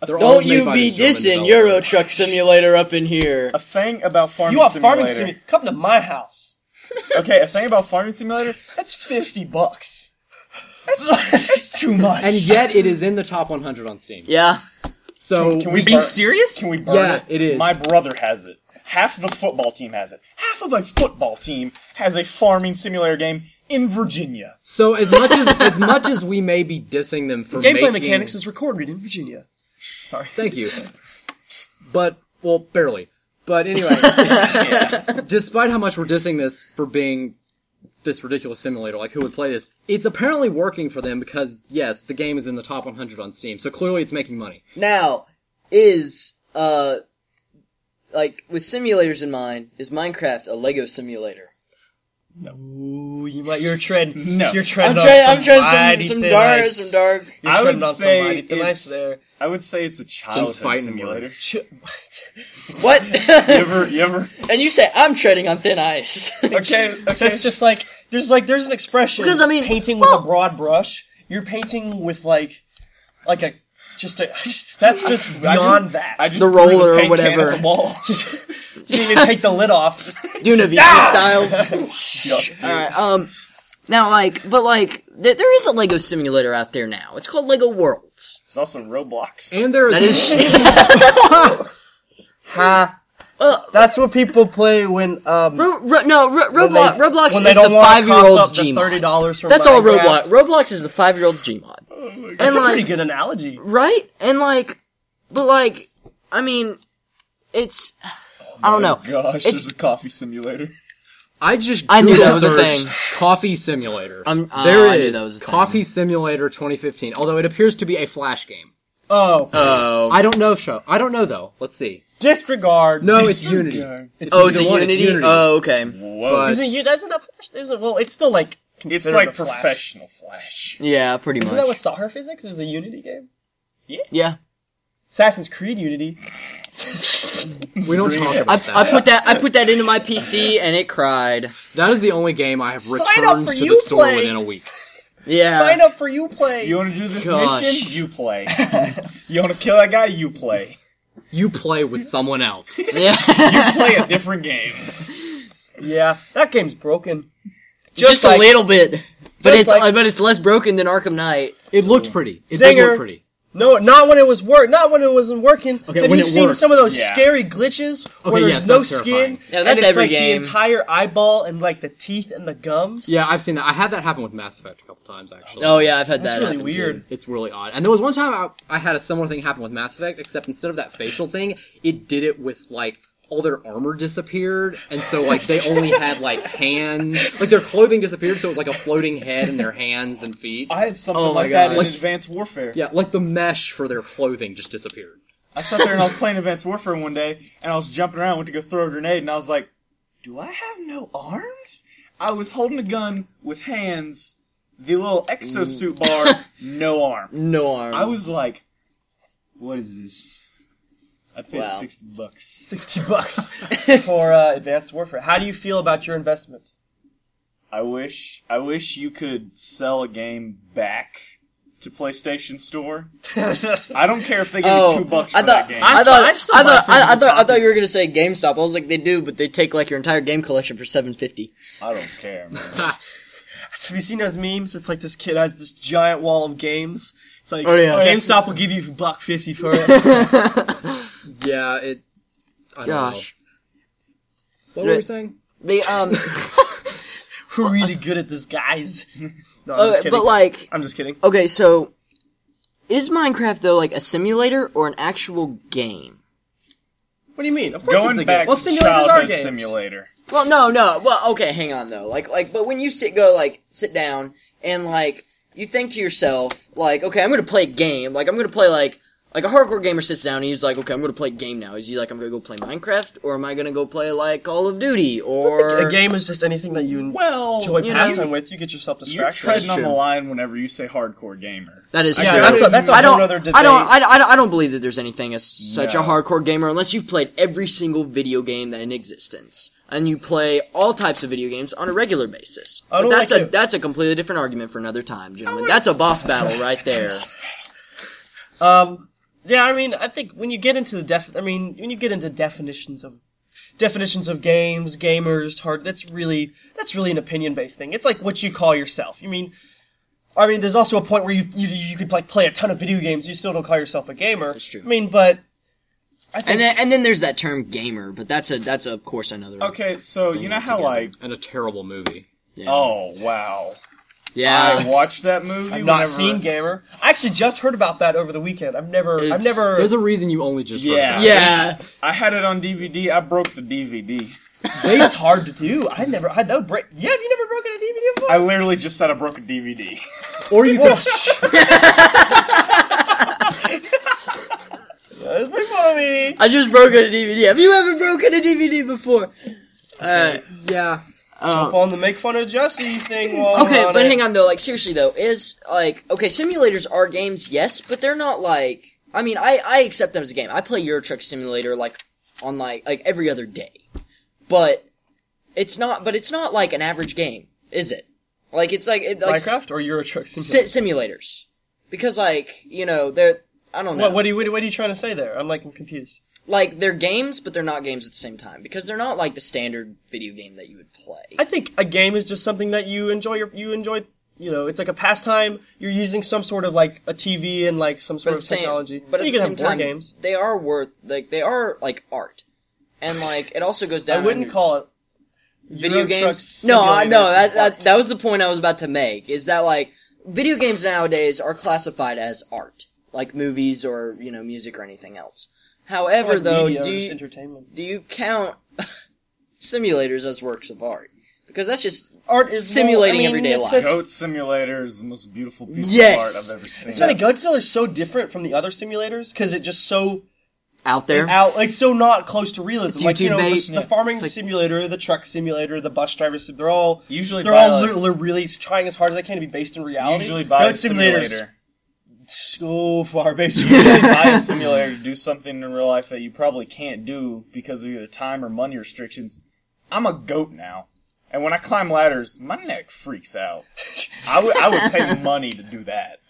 Speaker 4: They're all
Speaker 5: don't
Speaker 4: made
Speaker 5: you
Speaker 4: by
Speaker 5: be
Speaker 4: the German
Speaker 5: dissing
Speaker 4: developer.
Speaker 5: Euro Truck Simulator up in here.
Speaker 1: a thing about farming.
Speaker 2: You want farming
Speaker 1: simulator.
Speaker 2: simulator? Come to my house.
Speaker 1: Okay, a thing about farming simulator. That's fifty bucks. That's, that's too much.
Speaker 4: And yet, it is in the top 100 on Steam.
Speaker 5: Yeah.
Speaker 4: So
Speaker 1: Can we
Speaker 2: Are you serious?
Speaker 1: Can we burn
Speaker 4: Yeah,
Speaker 1: it?
Speaker 4: it is.
Speaker 1: My brother has it. Half the football team has it. Half of a football team has a farming simulator game in Virginia.
Speaker 4: so as much as as much as we may be dissing them for
Speaker 2: Gameplay
Speaker 4: making,
Speaker 2: mechanics is recorded in Virginia. Sorry.
Speaker 4: Thank you. But well, barely. But anyway, despite how much we're dissing this for being this ridiculous simulator, like who would play this? It's apparently working for them because yes, the game is in the top 100 on Steam, so clearly it's making money.
Speaker 5: Now, is uh, like with simulators in mind, is Minecraft a Lego simulator?
Speaker 2: Ooh, you might you're treading.
Speaker 1: No.
Speaker 2: you're treading on
Speaker 5: I'm trying.
Speaker 2: some
Speaker 5: I'm trying
Speaker 2: mighty
Speaker 5: some some
Speaker 2: thin
Speaker 5: dark,
Speaker 2: ice.
Speaker 5: some dark.
Speaker 2: You're
Speaker 1: I
Speaker 2: treading
Speaker 1: would
Speaker 2: on some
Speaker 1: say
Speaker 2: mighty thin ice
Speaker 1: it's,
Speaker 2: there.
Speaker 1: I would say it's a childhood
Speaker 4: fighting
Speaker 1: simulator.
Speaker 4: words.
Speaker 2: Ch- what?
Speaker 5: What?
Speaker 1: You ever, you ever?
Speaker 5: and you say I'm treading on thin ice.
Speaker 1: Okay,
Speaker 2: So
Speaker 1: okay.
Speaker 2: it's just like there's like there's an expression
Speaker 5: Because, I mean,
Speaker 2: painting
Speaker 5: well-
Speaker 2: with a broad brush. You're painting with like like a just a that's just beyond that.
Speaker 1: I just
Speaker 5: The
Speaker 1: threw
Speaker 5: roller or
Speaker 1: paint can
Speaker 5: whatever.
Speaker 1: At the wall.
Speaker 2: you didn't even take the lid off. Just-
Speaker 5: Univision style. All right. Um. Now, like, but like, th- there is a Lego simulator out there now. It's called Lego Worlds.
Speaker 1: There's also Roblox.
Speaker 4: And there
Speaker 5: That is
Speaker 2: ha. That's what people play when um
Speaker 5: Ro- Ro- no Ro-
Speaker 2: when
Speaker 5: Roblox.
Speaker 2: they-
Speaker 5: Roblox
Speaker 2: when
Speaker 5: is
Speaker 2: they
Speaker 5: the
Speaker 2: don't wanna
Speaker 5: five year
Speaker 2: cough
Speaker 5: old's
Speaker 2: up the
Speaker 5: G
Speaker 2: Thirty
Speaker 5: mod.
Speaker 2: dollars from
Speaker 5: That's all
Speaker 2: Minecraft. Oh
Speaker 5: Roblox. Roblox is the five year old's G mod.
Speaker 2: That's
Speaker 5: and
Speaker 2: a pretty
Speaker 5: like,
Speaker 2: good analogy.
Speaker 5: right? And like, but like, I mean, it's. I
Speaker 2: Oh
Speaker 5: don't know.
Speaker 1: Gosh,
Speaker 5: It's-
Speaker 1: there's a coffee simulator.
Speaker 4: I just
Speaker 5: I knew
Speaker 4: Google
Speaker 5: that was a
Speaker 4: searched
Speaker 5: thing.
Speaker 4: Coffee simulator.
Speaker 5: Um, oh,
Speaker 4: There
Speaker 5: I knew
Speaker 4: is
Speaker 5: that was a thing.
Speaker 4: Coffee Simulator 2015. Although it appears to be a flash game.
Speaker 2: Oh,
Speaker 5: Oh.
Speaker 4: I don't know. if Show. I don't know though. Let's see.
Speaker 2: disregard.
Speaker 4: No, it's Unity.
Speaker 5: oh, it's a
Speaker 4: either one,
Speaker 5: Unity.
Speaker 4: it's Unity.
Speaker 5: Oh, okay.
Speaker 1: Whoa.
Speaker 4: But-
Speaker 2: Isn't you? That's not. Isn't well? It's still like
Speaker 1: it's
Speaker 2: considered
Speaker 1: like
Speaker 2: a Flash.
Speaker 1: professional Flash.
Speaker 5: Yeah, pretty
Speaker 2: Isn't
Speaker 5: much.
Speaker 2: that what Star Physics is? A Unity game?
Speaker 5: yeah.
Speaker 2: Assassin's Creed Unity.
Speaker 4: We don't talk
Speaker 5: I,
Speaker 4: about that.
Speaker 5: I put that I put that into my PC and it cried.
Speaker 4: that is the only game I have
Speaker 2: Sign up
Speaker 4: returned
Speaker 2: for
Speaker 4: to the
Speaker 2: Uplay.
Speaker 4: store within a week.
Speaker 5: Yeah.
Speaker 2: Sign up for Uplay.
Speaker 1: You want to do this
Speaker 5: Gosh.
Speaker 1: mission? You play. you want to kill that guy? You play.
Speaker 4: You play with someone else.
Speaker 5: Yeah.
Speaker 1: Play a different game.
Speaker 2: yeah, that game's broken.
Speaker 5: just
Speaker 2: like-
Speaker 5: a little bit. But
Speaker 2: just
Speaker 5: it's
Speaker 2: like-
Speaker 5: uh, but it's less broken than Arkham Knight.
Speaker 4: It looked pretty. It did
Speaker 2: Zinger.
Speaker 4: look pretty.
Speaker 2: No, not when it was work. Not when it wasn't working.
Speaker 4: Okay,
Speaker 2: Have
Speaker 4: when
Speaker 2: you
Speaker 4: it
Speaker 2: seen
Speaker 4: worked.
Speaker 2: some of those
Speaker 1: Yeah.
Speaker 2: scary glitches
Speaker 4: Okay,
Speaker 2: where
Speaker 4: yeah,
Speaker 2: there's
Speaker 4: it's
Speaker 2: no
Speaker 4: not terrifying.
Speaker 2: skin?
Speaker 5: Yeah,
Speaker 2: and
Speaker 5: that's
Speaker 2: it's
Speaker 5: every
Speaker 2: like
Speaker 5: game.
Speaker 2: The entire eyeball and like the teeth and the gums.
Speaker 4: Yeah, I've seen that. I had that happen with Mass Effect a couple times actually.
Speaker 5: Oh yeah, I've had
Speaker 2: that's
Speaker 5: that.
Speaker 2: really
Speaker 5: happen,
Speaker 2: weird.
Speaker 5: too.
Speaker 4: It's really odd. And there was one time I, I had a similar thing happen with Mass Effect, except instead of that facial thing, it did it with like all their armor disappeared, and so like they only had like hands, like their clothing disappeared, so it was like a floating head and their hands and feet.
Speaker 1: I had something
Speaker 5: Oh my
Speaker 1: like that
Speaker 5: God.
Speaker 1: in
Speaker 5: Like-
Speaker 1: Advanced Warfare.
Speaker 4: Yeah, like the mesh for their clothing just disappeared.
Speaker 1: I sat there and I was playing Advanced Warfare one day, and I was jumping around, went to go throw a grenade, and I was like, "Do I have no arms?" I was holding a gun with hands, the little exosuit bar, no arm.
Speaker 5: No arm.
Speaker 1: I was like, "What is this?" I paid
Speaker 5: Wow.
Speaker 1: sixty bucks.
Speaker 2: Sixty bucks for uh, Advanced Warfare. How do you feel about your investment?
Speaker 1: I wish, I wish you could sell a game back to PlayStation Store. I don't care if they give
Speaker 5: Oh,
Speaker 1: me two bucks for
Speaker 5: I thought,
Speaker 1: that game.
Speaker 5: I
Speaker 2: That's
Speaker 5: thought,
Speaker 2: fine,
Speaker 5: I
Speaker 2: I
Speaker 5: thought,
Speaker 2: still
Speaker 5: I
Speaker 2: buy
Speaker 5: thought,
Speaker 2: physical
Speaker 5: I, thought,
Speaker 2: copies.
Speaker 5: you were gonna say GameStop. I was like, they do, but they take like your entire game collection for seven fifty.
Speaker 1: I don't care, man.
Speaker 2: Have you seen those memes? It's like this kid has this giant wall of games. It's like
Speaker 5: Oh, yeah.
Speaker 2: GameStop will give you buck fifty for it.
Speaker 4: Yeah, it. I don't
Speaker 5: Gosh,
Speaker 4: know. what were
Speaker 5: Yeah.
Speaker 4: we saying?
Speaker 5: they um,
Speaker 2: We're really good at disguise. No, I'm
Speaker 5: uh,
Speaker 2: just kidding.
Speaker 5: but like,
Speaker 2: I'm just kidding.
Speaker 5: okay, so is Minecraft though like a simulator or an actual game?
Speaker 2: What do you mean? Of course it's a
Speaker 1: Going back
Speaker 2: game. Well,
Speaker 1: to
Speaker 2: simulators are
Speaker 1: childhood
Speaker 2: games.
Speaker 1: simulator.
Speaker 5: Well, no, no. Well, okay, hang on though. Like, like, but when you sit, go like sit down and like you think to yourself, like, okay, I'm gonna play a game. Like, I'm gonna play like like a hardcore gamer sits down and he's like, okay, I'm gonna play a game now. Is he like, I'm gonna go play Minecraft or am I gonna go play like Call of Duty or
Speaker 2: A game is just anything that you
Speaker 1: Well,
Speaker 2: enjoy
Speaker 5: you know,
Speaker 2: pastime with. You get yourself
Speaker 1: You're
Speaker 2: distracted.
Speaker 1: treading on
Speaker 5: true.
Speaker 1: the line whenever you say hardcore gamer.
Speaker 5: That is
Speaker 2: Yeah,
Speaker 5: true.
Speaker 2: that's a- that's a
Speaker 5: I don't,
Speaker 2: whole other
Speaker 5: I don't,
Speaker 2: debate.
Speaker 5: I, don't- I don't, I don't believe that there's anything as such
Speaker 1: No.
Speaker 5: a hardcore gamer unless you've played every single video game that in existence. And you play all types of video games on a regular basis.
Speaker 2: I don't
Speaker 5: But that's
Speaker 2: like
Speaker 5: a
Speaker 2: it.
Speaker 5: that's a completely different argument for another time, gentlemen. That's a boss battle right there.
Speaker 2: Um, yeah, I mean, I think when you get into the def, I mean, when you get into definitions of definitions of games, gamers, hard. That's really that's really an opinion based thing. It's like what you call yourself. You mean, I mean, there's also a point where you you, you could like play a ton of video games. You still don't call yourself a gamer. That's
Speaker 5: true.
Speaker 2: I mean, but I think
Speaker 5: And then and then there's that term gamer, but that's a that's of course another.
Speaker 1: Okay, so you know how like
Speaker 4: And a terrible movie.
Speaker 5: Yeah.
Speaker 1: oh wow, I
Speaker 5: yeah.
Speaker 1: watched that movie.
Speaker 2: I've not
Speaker 1: whenever-
Speaker 2: seen gamer. I actually just heard about that over the weekend. I've never, I've
Speaker 5: It's-
Speaker 2: never.
Speaker 4: There's a reason you only just.
Speaker 1: Yeah.
Speaker 4: Read
Speaker 5: Yeah.
Speaker 1: I had it on DVD. I broke the DVD.
Speaker 2: It's hard to do. I never. I, that would break. Yeah, have you never broken a DVD before?
Speaker 1: I literally just said I broke a DVD.
Speaker 2: or you could. Yeah, Just make fun of me.
Speaker 5: I just broke a DVD. Have you ever broken a DVD before? Uh,
Speaker 4: Yeah.
Speaker 5: um,
Speaker 2: On the make fun of Jesse thing. While
Speaker 5: Okay,
Speaker 2: we're on
Speaker 5: but
Speaker 2: it.
Speaker 5: hang on though. Like seriously though, is like okay, simulators are games, yes, but they're not like. I mean, I I accept them as a game. I play Euro Truck Simulator like on like like every other day, but it's not. But it's not like an average game, is it? Like it's like it, like
Speaker 2: Minecraft or Euro Truck
Speaker 5: si-
Speaker 2: Simulator.
Speaker 5: simulators, because like you know they're I don't know
Speaker 2: What, what, are you, what are you trying to say there? I'm like I'm confused.
Speaker 5: like they're games, but they're not games at the same time because they're not like the standard video game that you would play.
Speaker 2: I think a game is just something that you enjoy. Your, you enjoy. You know, it's like a pastime. You're using some sort of like a TV and like some sort of
Speaker 5: but at the same-
Speaker 2: technology.
Speaker 5: But at
Speaker 2: you
Speaker 5: the
Speaker 2: can
Speaker 5: same
Speaker 2: have board
Speaker 5: time,
Speaker 2: games.
Speaker 5: they are worth like they are like art, and like it also goes
Speaker 2: I
Speaker 5: down.
Speaker 2: wouldn't
Speaker 5: under
Speaker 2: call it
Speaker 5: video
Speaker 2: Euro Truck
Speaker 5: games. No, I, no,
Speaker 2: Simulator
Speaker 5: that, that
Speaker 2: art.
Speaker 5: that was the point I was about to make. Is that like video games nowadays are classified as art, like movies or you know music or anything else. However,
Speaker 2: like
Speaker 5: though,
Speaker 2: media or
Speaker 5: do
Speaker 2: just
Speaker 5: you,
Speaker 2: entertainment.
Speaker 5: do you count simulators as works of art? Because that's just
Speaker 2: Art is
Speaker 5: Simulating
Speaker 2: more, I mean,
Speaker 5: everyday
Speaker 2: it's
Speaker 5: life.
Speaker 2: just-
Speaker 1: Goat Simulator is the most beautiful piece
Speaker 5: Yes.
Speaker 1: of art I've ever seen.
Speaker 2: It's funny, Goat Simulator is so different from the other simulators because it just so
Speaker 5: out there.
Speaker 2: out, like so not close to realism.
Speaker 5: It's
Speaker 2: like you know,
Speaker 5: YouTube-based.
Speaker 2: the, the farming
Speaker 5: It's like-
Speaker 2: simulator, the truck simulator, the bus driver, sim- they're all
Speaker 1: Usually
Speaker 2: they're
Speaker 1: by,
Speaker 2: all
Speaker 1: like-
Speaker 2: li- li- really trying as hard as they can to be based in reality.
Speaker 1: Usually buy a
Speaker 2: Goat Simulator's
Speaker 1: simulator.
Speaker 2: so far based. in reality.
Speaker 1: buy a simulator to do something in real life that you probably can't do because of either time or money restrictions. I'm a goat now. And when I climb ladders, my neck freaks out. I would I would pay money to do that.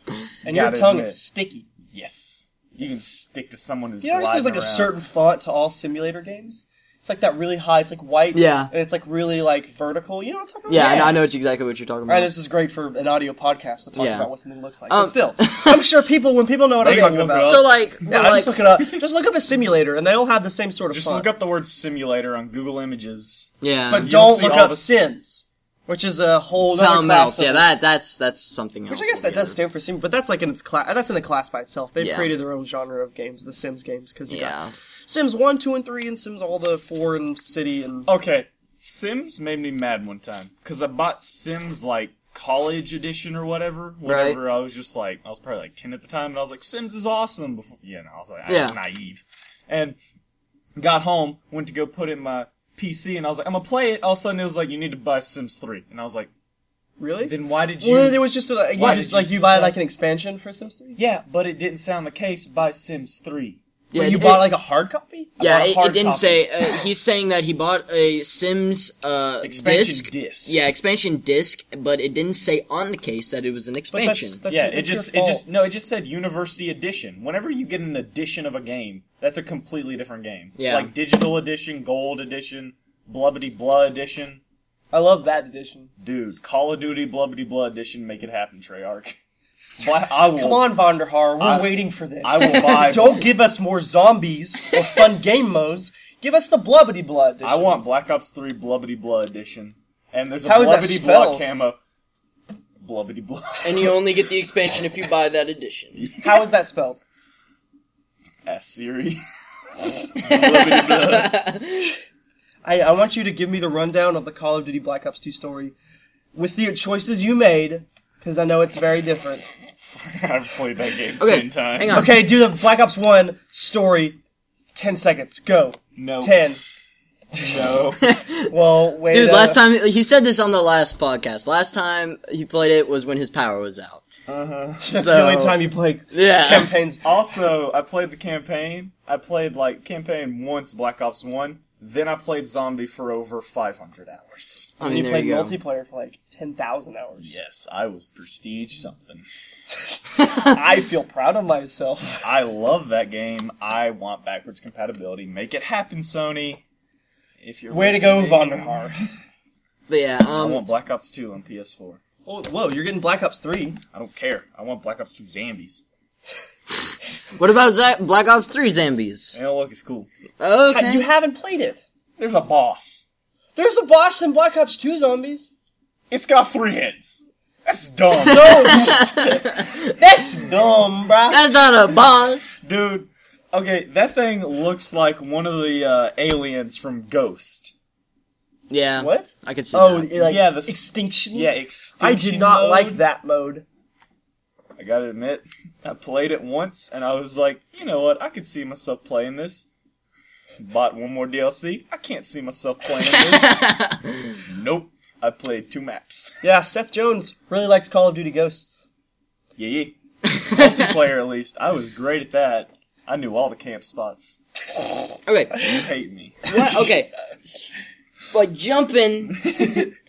Speaker 2: and your
Speaker 1: Gotta
Speaker 2: tongue
Speaker 1: admit.
Speaker 2: is sticky.
Speaker 1: Yes. You can stick to someone who's
Speaker 2: You notice there's like
Speaker 1: gliding
Speaker 2: a
Speaker 1: around.
Speaker 2: certain font to all simulator games. It's It's like that really high. It's like white.
Speaker 5: Yeah.
Speaker 2: And it's like really like vertical. You know what I'm talking about?
Speaker 5: Yeah, I know- I know exactly what you're talking
Speaker 2: All
Speaker 5: about.
Speaker 2: right, this is great for an audio podcast to talk
Speaker 5: Yeah.
Speaker 2: about what something looks like.
Speaker 5: Um,
Speaker 2: but still, I'm sure people when people know what I'm
Speaker 1: They
Speaker 2: talking
Speaker 1: look
Speaker 2: about.
Speaker 1: up.
Speaker 5: so like,
Speaker 2: yeah,
Speaker 5: we're like
Speaker 2: just look it up. Just look up a simulator, and they all have the same sort of.
Speaker 1: Just
Speaker 2: font.
Speaker 1: look up the word simulator on Google Images.
Speaker 5: yeah,
Speaker 2: but
Speaker 1: you'll
Speaker 2: don't
Speaker 1: see
Speaker 2: look
Speaker 1: all
Speaker 2: up
Speaker 1: the-
Speaker 2: Sims, which is a whole other
Speaker 5: something
Speaker 2: class.
Speaker 5: else.
Speaker 2: of-
Speaker 5: Yeah, that that's that's something else.
Speaker 2: Which I guess that does
Speaker 5: altogether.
Speaker 2: stand for Sim, but that's like in its class. That's in a class by itself. They've
Speaker 5: Yeah.
Speaker 2: created their own genre of games, the Sims games, because you got
Speaker 5: Yeah,
Speaker 2: Sims one, two, and three, and Sims all the four and city and
Speaker 1: Okay, Sims made me mad one time because I bought Sims like college edition or whatever. Whatever. I was just like, I was probably like ten at the time, and I was like, Sims is awesome. Before, you know, I was like, I
Speaker 5: Yeah.
Speaker 1: was naive, and got home, went to go put it in my PC, and I was like, I'm gonna play it. All of a sudden, it was like, you need to buy Sims three, and I was like,
Speaker 2: really.
Speaker 1: then why did you?
Speaker 2: well, there was just a, you
Speaker 1: Why
Speaker 2: just
Speaker 1: did you
Speaker 2: like you buy
Speaker 1: sell-
Speaker 2: like an expansion for Sims three.
Speaker 1: yeah, but it didn't sound the case. Buy Sims three.
Speaker 5: yeah.
Speaker 2: you
Speaker 5: it-
Speaker 2: bought like a hard copy.
Speaker 1: I bought
Speaker 5: yeah,
Speaker 1: a
Speaker 5: it, it
Speaker 1: hard
Speaker 5: didn't
Speaker 1: copy.
Speaker 5: say. Uh, he's saying that he bought a Sims uh,
Speaker 1: Expansion
Speaker 5: disc.
Speaker 1: disc.
Speaker 5: Yeah, expansion disc, but it didn't say on the case that it was an
Speaker 2: But that's,
Speaker 5: expansion.
Speaker 2: that's
Speaker 1: yeah,
Speaker 2: your-
Speaker 1: it
Speaker 2: that's your
Speaker 1: just it
Speaker 2: fault.
Speaker 1: just no, it just said university edition. Whenever you get an edition of a game, that's a completely different game.
Speaker 5: Yeah.
Speaker 1: like digital edition, gold edition, blubbity blah edition.
Speaker 2: I love that edition.
Speaker 1: Dude, Call of Duty blubbity blah edition, make it happen, Treyarch. Why I will
Speaker 2: Come on, Vonderhaar, we're
Speaker 1: I-
Speaker 2: waiting for this.
Speaker 1: I will buy.
Speaker 2: Don't give us more zombies or fun game modes. Give us the blubbity blood. Edition.
Speaker 1: I want Black Ops Three blubbity blah edition, and there's a
Speaker 2: How is that
Speaker 1: blubbity blah
Speaker 2: spelled?
Speaker 1: camo. Blubbity blah.
Speaker 5: and you only get the expansion if you buy that edition.
Speaker 2: How is that spelled?
Speaker 1: S Siri. Blubbity blah.
Speaker 2: I, I want you to give me the rundown of the Call of Duty Black Ops 2 story with the choices you made, because I know it's very different.
Speaker 1: I've played that game
Speaker 5: Okay,
Speaker 1: ten times.
Speaker 5: hang on.
Speaker 2: Okay, do the Black Ops 1 story. 10 seconds. Go.
Speaker 1: No.
Speaker 2: 10.
Speaker 1: No.
Speaker 2: Well, wait.
Speaker 5: Dude,
Speaker 2: uh,
Speaker 5: last time he said this on the last podcast. Last time he played it was when his power was out.
Speaker 2: That's
Speaker 5: so-
Speaker 2: the only time you play
Speaker 5: Yeah.
Speaker 2: campaigns.
Speaker 1: Also, I played the campaign. I played like campaign once, Black Ops One. Then I played Zombie for over 500 hours.
Speaker 5: I
Speaker 2: And
Speaker 5: mean,
Speaker 2: you
Speaker 5: there
Speaker 2: played
Speaker 5: you go.
Speaker 2: multiplayer for like 10,000 hours.
Speaker 1: Yes, I was prestige something.
Speaker 2: I feel proud of myself.
Speaker 1: I love that game. I want backwards compatibility. Make it happen, Sony. If you're
Speaker 2: Way to go,
Speaker 1: listening.
Speaker 2: Vonderhaar.
Speaker 5: but yeah,
Speaker 1: I
Speaker 5: um,
Speaker 1: want Black Ops 2 on PS4.
Speaker 2: Oh, whoa, you're getting Black Ops 3.
Speaker 1: I don't care. I want Black Ops 2 Zombies.
Speaker 5: what about Za- Black Ops Three Zambies?
Speaker 1: You know, look, it's cool.
Speaker 5: Okay,
Speaker 2: You haven't played it.
Speaker 1: There's a boss.
Speaker 2: There's a boss in Black Ops 2 Zombies.
Speaker 1: It's got three heads. That's dumb,
Speaker 2: No! That's dumb, bruh.
Speaker 5: that's not a boss.
Speaker 1: dude. Okay, that thing looks like one of the uh, aliens from Ghost.
Speaker 5: Yeah,
Speaker 2: What?
Speaker 5: I could see.
Speaker 2: Oh,
Speaker 5: that.
Speaker 2: it, like
Speaker 1: Yeah, the s-
Speaker 2: extinction.
Speaker 1: Yeah, extinction.
Speaker 2: I did not
Speaker 1: mode.
Speaker 2: like that mode.
Speaker 1: I gotta admit, I played it once and I was like, you know what? I could see myself playing this. Bought one more DLC. I can't see myself playing this. nope. I played two maps.
Speaker 2: Yeah, Seth Jones really likes Call of Duty Ghosts.
Speaker 1: Yeah, yeah. Multiplayer, at least. I was great at that. I knew all the camp spots.
Speaker 5: okay,
Speaker 1: You hate me.
Speaker 5: what? Okay, like jumping,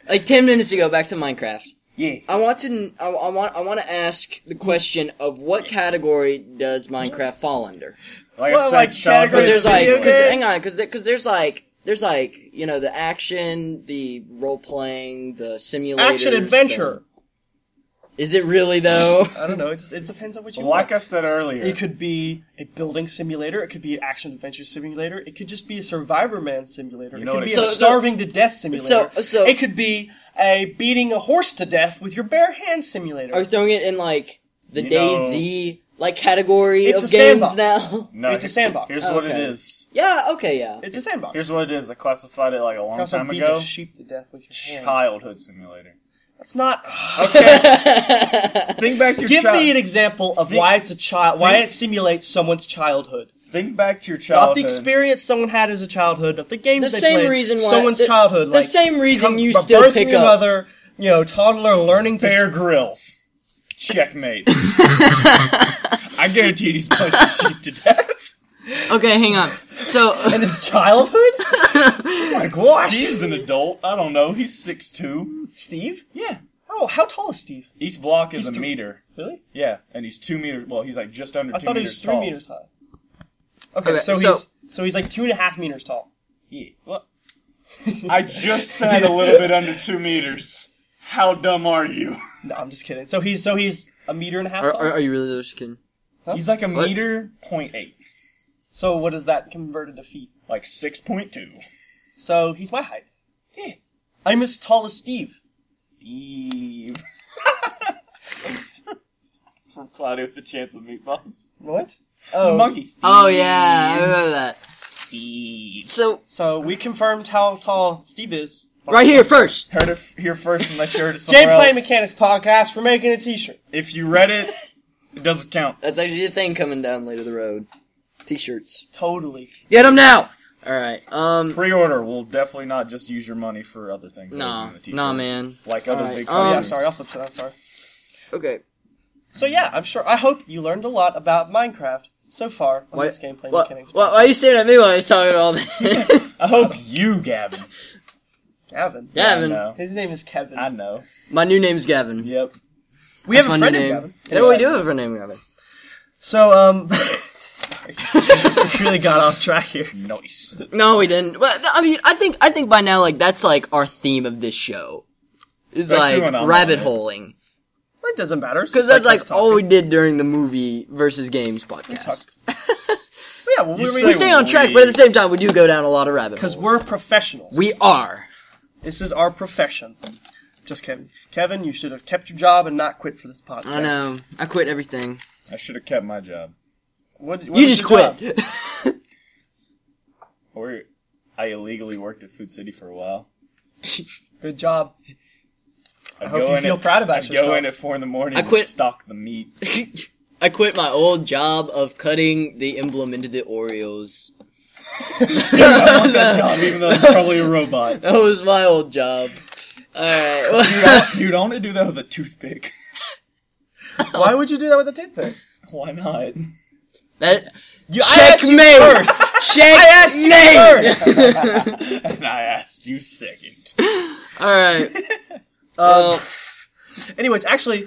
Speaker 5: like ten minutes ago, back to Minecraft.
Speaker 1: Yeah.
Speaker 5: I want to, I, I want, I want to ask the question of what category does Minecraft fall under?
Speaker 1: Like
Speaker 2: Well,
Speaker 1: I said,
Speaker 2: like
Speaker 1: Sean,
Speaker 5: Because there's like,
Speaker 2: Video
Speaker 5: 'cause-
Speaker 2: game?
Speaker 5: hang on, because because there's like, there's like, you know, the action, the role playing, the simulator,
Speaker 2: Action adventure.
Speaker 5: Is it really though?
Speaker 2: I don't know. It's, it depends on what you
Speaker 1: like
Speaker 2: like.
Speaker 1: I said earlier,
Speaker 2: It could be a building simulator. It could be an action adventure simulator. It could just be a survivor man simulator.
Speaker 1: You
Speaker 2: It
Speaker 1: know
Speaker 2: could
Speaker 1: what
Speaker 2: be
Speaker 1: it-
Speaker 2: a
Speaker 5: So- so-
Speaker 2: starving to death simulator.
Speaker 5: So- so-
Speaker 2: it could be a beating a horse to death with your bare hands simulator.
Speaker 5: Are we throwing it in like the
Speaker 1: You
Speaker 5: DayZ like category
Speaker 2: It's
Speaker 5: of
Speaker 2: a
Speaker 5: games
Speaker 2: sandbox.
Speaker 5: now?
Speaker 1: no,
Speaker 2: it's a sandbox.
Speaker 1: Here's
Speaker 5: Oh,
Speaker 1: what
Speaker 5: okay.
Speaker 1: it is.
Speaker 5: yeah. Okay. Yeah.
Speaker 2: it's a sandbox.
Speaker 1: Here's what it is. I classified it like a long
Speaker 2: You also
Speaker 1: time
Speaker 2: beat
Speaker 1: ago.
Speaker 2: a sheep to death with your hands.
Speaker 1: Childhood simulator.
Speaker 2: That's not.
Speaker 1: Think back to your
Speaker 2: Give
Speaker 1: child-
Speaker 2: me an example of why it's a child, why it simulates someone's childhood,
Speaker 1: Think back to your
Speaker 2: not
Speaker 1: childhood.
Speaker 2: the experience someone had as a childhood, not the games
Speaker 5: The
Speaker 2: they
Speaker 5: same
Speaker 2: played,
Speaker 5: reason why
Speaker 2: someone's
Speaker 5: the-
Speaker 2: childhood.
Speaker 5: the
Speaker 2: like,
Speaker 5: same reason
Speaker 2: come
Speaker 5: you
Speaker 2: from
Speaker 5: still
Speaker 2: birth
Speaker 5: pick
Speaker 2: from your
Speaker 5: up.
Speaker 2: mother, you know, toddler learning to
Speaker 1: Bear grills. Checkmate. I guarantee these bunch sheep to death.
Speaker 5: Okay. Hang on. So
Speaker 2: in his childhood. oh my gosh,
Speaker 1: Steve's an adult. I don't know. He's six two.
Speaker 2: Steve?
Speaker 1: Yeah.
Speaker 2: Oh, how tall is Steve?
Speaker 1: Each block is
Speaker 2: He's
Speaker 1: a
Speaker 2: two-
Speaker 1: meter.
Speaker 2: Really?
Speaker 1: Yeah, and he's two meters. Well, he's like just under
Speaker 2: I
Speaker 1: two
Speaker 2: thought he
Speaker 1: meters
Speaker 2: was three
Speaker 1: tall.
Speaker 2: meters high. Okay,
Speaker 5: Okay,
Speaker 2: so,
Speaker 5: so-
Speaker 2: he's so he's like two and a half meters tall.
Speaker 1: Yeah. Well, I just said a little bit under two meters. How dumb are you?
Speaker 2: No, I'm just kidding. So he's so he's a meter and a half
Speaker 5: Are,
Speaker 2: tall.
Speaker 5: are, are you really just kidding?
Speaker 1: He's like a
Speaker 5: What?
Speaker 1: meter point eight,
Speaker 2: So what is that converted to feet?
Speaker 1: like six point two.
Speaker 2: So he's my height.
Speaker 1: Yeah.
Speaker 2: I'm as tall as Steve.
Speaker 1: Steve. From Cloudy with a Chance of Meatballs.
Speaker 2: What? Oh,
Speaker 1: The monkey. Steve.
Speaker 5: Oh yeah, I remember that.
Speaker 1: Steve.
Speaker 5: So
Speaker 2: So we confirmed how tall Steve is.
Speaker 5: right here first.
Speaker 1: Heard it f- here first unless you heard it somewhere
Speaker 2: Gameplay
Speaker 1: else.
Speaker 2: Mechanics Podcast. We're making a T-shirt.
Speaker 1: If you read it, it doesn't count.
Speaker 5: That's actually a thing coming down later the road. T-shirts.
Speaker 2: Totally.
Speaker 5: Get them now. All right. Um.
Speaker 1: Pre-order. We'll definitely not just use your money for other things. other
Speaker 5: Nah.
Speaker 1: than the t-shirt.
Speaker 5: Nah, man.
Speaker 1: Like other
Speaker 5: Alright,
Speaker 1: big
Speaker 5: um,
Speaker 2: Oh yeah,
Speaker 1: companies.
Speaker 2: sorry. I'll flip to that. Sorry.
Speaker 5: Okay.
Speaker 2: So yeah, I'm sure. I hope you learned a lot about Minecraft so far on this gameplay
Speaker 5: what,
Speaker 2: mechanics.
Speaker 5: why, why are you staring at me while I was talking about all this?
Speaker 1: I hope you, Gavin.
Speaker 2: Gavin.
Speaker 5: Gavin.
Speaker 1: I know.
Speaker 2: His name is Kevin.
Speaker 1: I know.
Speaker 5: My new name's Gavin.
Speaker 1: Yep.
Speaker 2: we have
Speaker 5: That's
Speaker 2: a
Speaker 5: my
Speaker 2: friend
Speaker 5: new
Speaker 2: named
Speaker 5: name.
Speaker 2: Gavin.
Speaker 5: Yeah, we do have a name, Gavin.
Speaker 2: So um, sorry, we really got off track here.
Speaker 1: Nice.
Speaker 5: No, we didn't. But th- I mean, I think I think by now, like that's like our theme of this show. It's
Speaker 1: Especially
Speaker 5: like
Speaker 1: when I'm
Speaker 5: rabbit
Speaker 1: on it.
Speaker 5: holing
Speaker 2: It doesn't matter
Speaker 5: because that's like
Speaker 2: us
Speaker 5: all
Speaker 2: talking.
Speaker 5: we did during the movie versus games podcast.
Speaker 2: yeah, well,
Speaker 1: You
Speaker 2: we're
Speaker 1: say
Speaker 5: We stay on track, but at the same time, we do go down a lot of rabbit holes.
Speaker 2: because we're professionals.
Speaker 5: we are.
Speaker 2: This is our profession. Just Kevin. Kevin, you should have kept your job and not quit for this podcast.
Speaker 5: I know. I quit everything.
Speaker 1: I should have kept my job.
Speaker 2: What, what
Speaker 5: You
Speaker 2: was
Speaker 5: just
Speaker 2: your job?
Speaker 5: quit.
Speaker 1: Or I illegally worked at Food City for a while.
Speaker 2: Good job.
Speaker 1: I,
Speaker 2: hope you feel proud about
Speaker 1: I
Speaker 2: yourself.
Speaker 1: go in at four in the morning.
Speaker 5: I
Speaker 1: and
Speaker 5: quit-
Speaker 1: stock the meat.
Speaker 5: I quit my old job of cutting the emblem into the Oreos.
Speaker 1: That job, even though it's probably a robot.
Speaker 5: That was my old job. All right.
Speaker 1: Dude, I- Dude, I want to do that with a toothpick.
Speaker 2: Why would you do that with a toothpick?
Speaker 1: Why not?
Speaker 5: that,
Speaker 2: You,
Speaker 5: checkmate. Checkmate.
Speaker 1: And I asked you second.
Speaker 5: All right.
Speaker 2: Uh,
Speaker 5: Well,
Speaker 2: anyways, actually,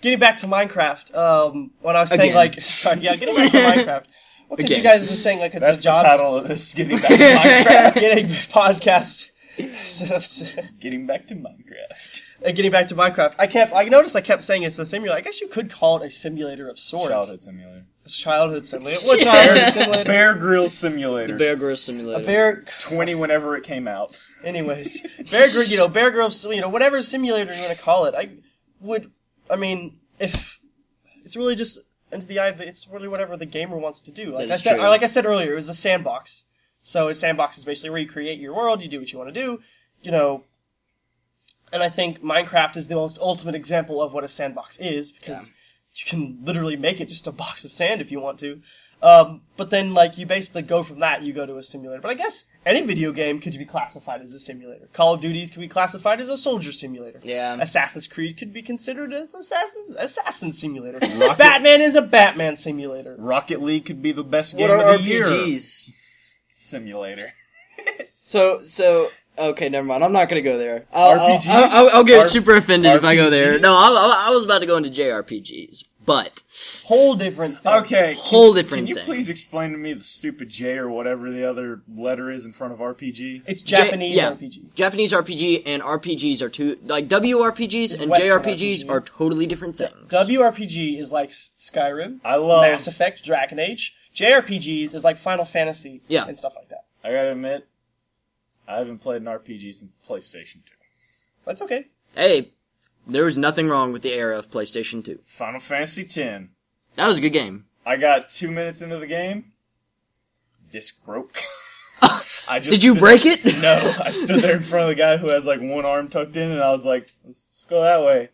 Speaker 2: getting back to Minecraft, um, when I was saying
Speaker 5: Again.
Speaker 2: like, sorry, yeah, getting back to Minecraft. Well, because you
Speaker 5: Again.
Speaker 2: guys were saying like it's
Speaker 1: That's
Speaker 2: a
Speaker 1: the
Speaker 2: job
Speaker 1: title of this. Getting back to Minecraft.
Speaker 2: getting podcast.
Speaker 1: Getting back to Minecraft.
Speaker 2: And getting back to Minecraft, I kept I noticed I kept saying it's a simulator. I guess you could call it a simulator of sorts.
Speaker 1: Childhood simulator.
Speaker 2: childhood simulator. What childhood simulator?
Speaker 1: Bear Grill simulator.
Speaker 5: Bear Grylls simulator.
Speaker 2: Bear.
Speaker 1: Twenty whenever it came out.
Speaker 2: Anyways, Bear Grylls, you know, Bear Grylls, you know, whatever simulator you want to call it, I would. I mean, if it's really just into the eye, of the- it's really whatever the gamer wants to do. Like
Speaker 5: That
Speaker 2: I
Speaker 5: is
Speaker 2: said,
Speaker 5: true.
Speaker 2: like I said earlier, it was a sandbox. So a sandbox is basically where you create your world, you do what you want to do, you know. And I think Minecraft is the most ultimate example of what a sandbox is because you can literally make it just a box of sand if you want to. Um, but then, like, you basically go from that, you go to a simulator. But I guess any video game could be classified as a simulator. Call of Duty could be classified as a soldier simulator.
Speaker 5: Yeah.
Speaker 2: Assassin's Creed could be considered as assassin assassin simulator. Batman is a Batman simulator.
Speaker 1: Rocket League could be the best game
Speaker 5: what are
Speaker 1: of the year.
Speaker 5: RPGs?
Speaker 1: Simulator.
Speaker 5: So so okay, never mind. I'm not gonna go there. I'll,
Speaker 1: RPGs?
Speaker 5: I'll, I'll, I'll get
Speaker 1: R-
Speaker 5: super offended if I go there.
Speaker 1: RPGs?
Speaker 5: No, I, I, I was about to go into JRPGs, but
Speaker 2: Whole different thing.
Speaker 1: Okay.
Speaker 5: whole
Speaker 1: Can
Speaker 5: different
Speaker 1: you
Speaker 5: thing.
Speaker 1: please explain to me the stupid J or whatever the other letter is in front of RPG?
Speaker 2: It's
Speaker 5: J-
Speaker 2: Japanese
Speaker 5: yeah.
Speaker 2: RPG.
Speaker 5: Japanese RPG and RPGs are two like WRPGs and
Speaker 2: Western
Speaker 5: JRPGs
Speaker 2: RPG.
Speaker 5: are totally different things.
Speaker 2: WRPG is like S- Skyrim,
Speaker 1: I love.
Speaker 2: Mass Effect, Dragon Age. JRPGs is like Final Fantasy
Speaker 5: Yeah.
Speaker 2: and stuff like that.
Speaker 1: I gotta admit, I haven't played an RPG since PlayStation 2.
Speaker 2: That's okay.
Speaker 5: hey, there was nothing wrong with the era of PlayStation 2.
Speaker 1: Final Fantasy X.
Speaker 5: That was a good game.
Speaker 1: I got two minutes into the game. Disc broke. I just
Speaker 5: Did you
Speaker 1: stood-
Speaker 5: break it?
Speaker 1: No, I stood there in front of the guy who has like one arm tucked in, and I was like, "Let's, let's go that way."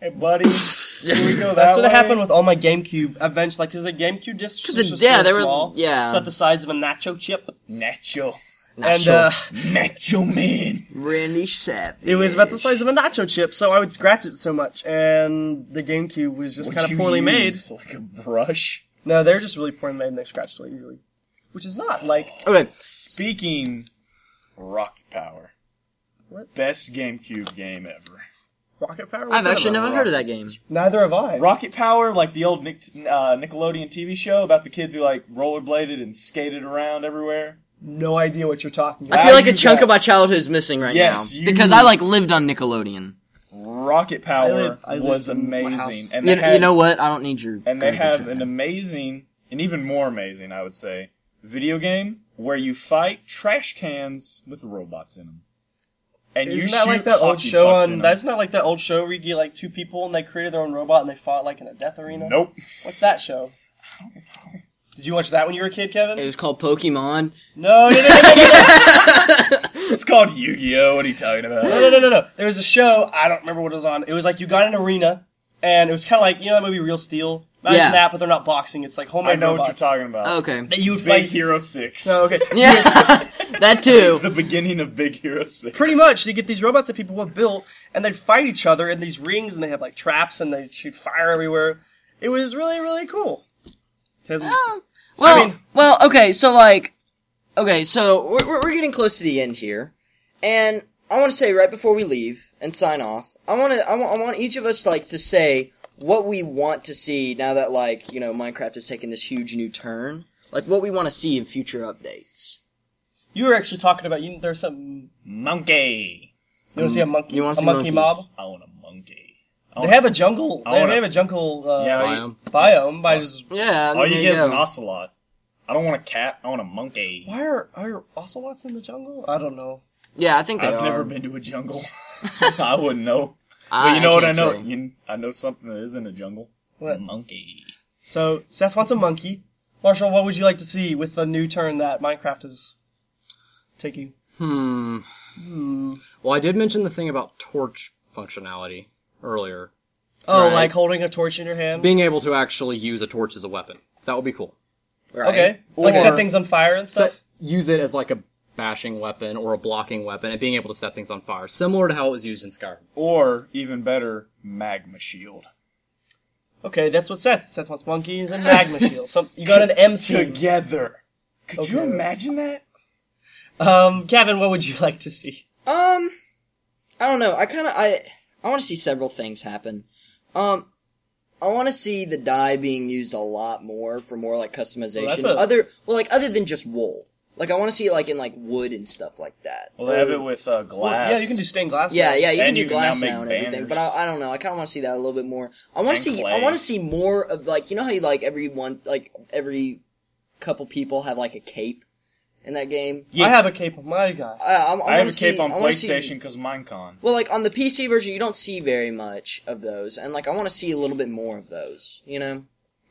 Speaker 1: Hey, buddy, can we go that
Speaker 2: That's what
Speaker 1: way?
Speaker 2: happened with all my GameCube events. Like, is the GameCube disc?
Speaker 5: Because
Speaker 2: was
Speaker 5: yeah,
Speaker 2: so
Speaker 5: they were
Speaker 2: small.
Speaker 5: yeah.
Speaker 2: It's about the size of a nacho chip,
Speaker 1: Nacho,
Speaker 5: Not
Speaker 2: and
Speaker 5: sure.
Speaker 2: uh,
Speaker 1: Nacho Man.
Speaker 5: Randy Savage.
Speaker 2: it was about the size of a nacho chip. So I would scratch it so much, and the GameCube was just kind of poorly made.
Speaker 1: made, like a brush.
Speaker 2: No, they're just really poorly made, and they scratch really easily, which is not like
Speaker 5: Okay,
Speaker 1: Speaking, Rocket Power,
Speaker 2: What?
Speaker 1: best GameCube game ever.
Speaker 2: Rocket Power. What's
Speaker 5: I've
Speaker 2: that
Speaker 5: actually
Speaker 2: about?
Speaker 5: never heard of that game.
Speaker 2: Neither have I.
Speaker 1: Rocket Power, like the old Nick, uh, Nickelodeon TV show about the kids who like rollerbladed and skated around everywhere.
Speaker 2: no idea what you're talking about.
Speaker 5: I feel like
Speaker 1: you
Speaker 5: a chunk
Speaker 1: got-
Speaker 5: of my childhood is missing right
Speaker 1: Yes,
Speaker 5: now
Speaker 1: you-
Speaker 5: because I like lived on Nickelodeon.
Speaker 1: Rocket Power
Speaker 2: I live- I live
Speaker 1: was
Speaker 2: in my
Speaker 1: amazing,
Speaker 2: house.
Speaker 1: and
Speaker 5: You,
Speaker 1: they had,
Speaker 5: you know what? I don't need your.
Speaker 1: and they
Speaker 5: garbage
Speaker 1: have
Speaker 5: right
Speaker 1: an
Speaker 5: now.
Speaker 1: amazing, and even more amazing, I would say, video game where you fight trash cans with robots in them. And you
Speaker 2: Isn't
Speaker 1: shoot
Speaker 2: that like that old
Speaker 1: hockey
Speaker 2: show
Speaker 1: pucks in
Speaker 2: on?
Speaker 1: 'em.
Speaker 2: That's not like that old show where you get like two people and they created their own robot and they fought like in a death arena.
Speaker 1: nope.
Speaker 2: What's that show? Did you watch that when you were a kid, Kevin?
Speaker 5: It was called Pokemon.
Speaker 2: No, no, no, no, no, no,
Speaker 1: It's called Yu-Gi-Oh. What are you talking
Speaker 2: no,
Speaker 1: about?
Speaker 2: no, no, no, no. There was a show. I don't remember what it was on. It was like you got an arena, and it was kind of like you know that movie Real Steel. Imagine
Speaker 5: Yeah.
Speaker 2: that, but they're not boxing. It's like homemade
Speaker 1: I know what
Speaker 2: robots.
Speaker 1: you're talking about.
Speaker 5: Okay.
Speaker 2: That you would
Speaker 1: Big
Speaker 2: fight.
Speaker 1: Hero Six.
Speaker 2: No, okay.
Speaker 5: Yeah, that too.
Speaker 1: The beginning of Big Hero Six.
Speaker 2: Pretty much, you get these robots that people have built, and they'd fight each other in these rings, and they have like traps, and they shoot fire everywhere. It was really, really cool. Kevin,
Speaker 5: Oh. Well,
Speaker 2: I mean-
Speaker 5: well, okay. So like, okay, so we're we're we're getting close to the end here, and I want to say right before we leave and sign off, I want to I want I want each of us like to say what we want to see now that like you know Minecraft has taken this huge new turn, like what we want to see in future updates.
Speaker 2: you were actually talking about you. There's something
Speaker 1: Monkey.
Speaker 2: You want to see a monkey?
Speaker 5: Mm, you wanna
Speaker 2: a
Speaker 5: see
Speaker 2: monkey mob?
Speaker 5: monkeys.
Speaker 1: I want a monkey.
Speaker 2: They have a jungle.
Speaker 1: I
Speaker 2: They
Speaker 1: wanna-
Speaker 2: have a jungle uh,
Speaker 1: Yeah, I-
Speaker 4: Biome.
Speaker 2: biome. By just
Speaker 5: Yeah.
Speaker 1: All you
Speaker 5: there
Speaker 1: get is
Speaker 5: go.
Speaker 1: an ocelot. I don't want a cat. I want a monkey.
Speaker 2: why are are ocelots in the jungle? I don't know.
Speaker 5: Yeah, I think they
Speaker 1: I've
Speaker 5: are.
Speaker 1: never been to a jungle. I wouldn't know.
Speaker 5: I,
Speaker 1: But you know what I
Speaker 5: can't
Speaker 1: know?
Speaker 5: say.
Speaker 1: You, I know something that isn't a jungle.
Speaker 2: What?
Speaker 1: Monkey.
Speaker 2: So Seth wants a monkey. Marshall, what would you like to see with the new turn that Minecraft is taking?
Speaker 4: Hmm. Well, I did mention the thing about torch functionality earlier.
Speaker 2: Oh,
Speaker 5: Right.
Speaker 2: like holding a torch in your hand.
Speaker 4: Being able to actually use a torch as a weapon. That would be cool.
Speaker 5: Right.
Speaker 2: okay, like
Speaker 4: Or-
Speaker 2: set things on fire and stuff.
Speaker 4: Set, use it as like a bashing weapon or a blocking weapon and being able to set things on fire, similar to how it was used in Skyrim.
Speaker 1: Or, even better, magma shield.
Speaker 2: okay, that's what Seth. Seth wants monkeys and magma shields. Some you got an M team.
Speaker 1: Together. Could you
Speaker 2: Okay.
Speaker 1: imagine that?
Speaker 2: Um, Kevin, what would you like to see?
Speaker 5: Um, I don't know. I kind of i I want to see several things happen. Um, I want to see the dye being used a lot more for more like customization.
Speaker 2: Well, that's a-
Speaker 5: Other well, like other than just wool. Like I want to see it like in like wood and stuff like that.
Speaker 1: Well, they have it with uh, glass.
Speaker 2: Well, yeah, you can do stained glass.
Speaker 5: Yeah,
Speaker 2: now.
Speaker 5: yeah, you
Speaker 1: And
Speaker 5: can do
Speaker 1: you can now
Speaker 5: glass
Speaker 1: make
Speaker 5: now and everything, but
Speaker 1: banners.
Speaker 5: I, I don't know. I kind of want to see that a little bit more. I want
Speaker 1: And
Speaker 5: to see. I
Speaker 1: clay.
Speaker 5: want to see more of like you know how you like every one like every couple people have like a cape in that game.
Speaker 1: Yeah.
Speaker 2: I have a cape on my guy.
Speaker 5: I, I, I,
Speaker 1: I have
Speaker 5: wanna
Speaker 1: a
Speaker 5: see,
Speaker 1: cape on
Speaker 5: I wanna see-
Speaker 1: PlayStation because Minecon.
Speaker 5: Well, like on the PC version, you don't see very much of those, and like I want to see a little bit more of those. You know,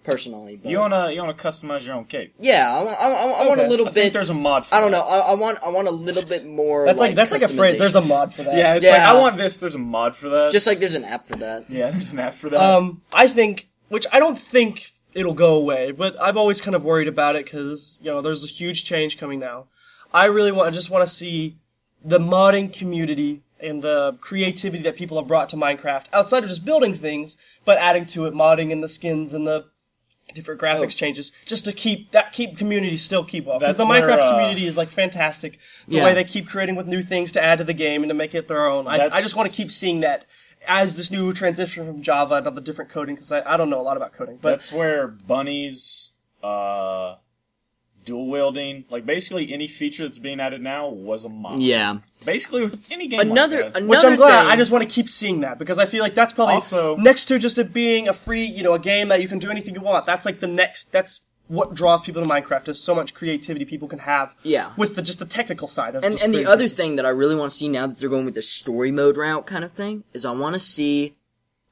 Speaker 5: personally, but
Speaker 1: You wanna you wanna customize your own cape.
Speaker 5: yeah, I want, I, want- I want a
Speaker 2: Okay,
Speaker 5: little
Speaker 1: I think
Speaker 5: bit.
Speaker 1: there's a mod. For
Speaker 5: I don't
Speaker 1: that.
Speaker 5: know. I, I want I want a little bit more.
Speaker 2: That's like, that's like a phrase.
Speaker 5: customization.
Speaker 2: There's a mod for that.
Speaker 1: Yeah, it's like
Speaker 5: Yeah.
Speaker 1: I want this. There's a mod for that.
Speaker 5: just like there's an app for that.
Speaker 1: yeah, there's an app for that.
Speaker 2: Um, I think, which I don't think it'll go away, but I've always kind of worried about it because you know there's a huge change coming now. I really want, I just want to see the modding community and the creativity that people have brought to Minecraft outside of just building things, but adding to it, modding and the skins and the different graphics
Speaker 5: Oh.
Speaker 2: changes, just to keep that keep community still keep up because
Speaker 1: That's
Speaker 2: the
Speaker 1: where,
Speaker 2: Minecraft
Speaker 1: uh,
Speaker 2: community is like fantastic. The
Speaker 5: Yeah.
Speaker 2: way they keep creating with new things to add to the game and to make it their own. I, I
Speaker 1: That's-
Speaker 2: just want to keep seeing that as this new transition from Java and all the different coding, because I, I don't know a lot about coding, but
Speaker 1: That's where bunnies, uh, dual wielding, like basically any feature that's being added now was a mod.
Speaker 5: Yeah,
Speaker 1: Basically with any game.
Speaker 5: another
Speaker 1: Like that.
Speaker 5: another.
Speaker 2: which I'm glad.
Speaker 5: thing-
Speaker 2: I just want to keep seeing that because I feel like that's probably
Speaker 1: Also-
Speaker 2: next to just it being a free, you know, a game that you can do anything you want. That's like the next. That's what draws people to Minecraft is so much creativity people can have.
Speaker 5: Yeah.
Speaker 2: with the just the technical side of
Speaker 5: and
Speaker 2: just
Speaker 5: and the
Speaker 2: creating
Speaker 5: other thing that I really want to see now that they're going with the story mode route kind of thing is I want to see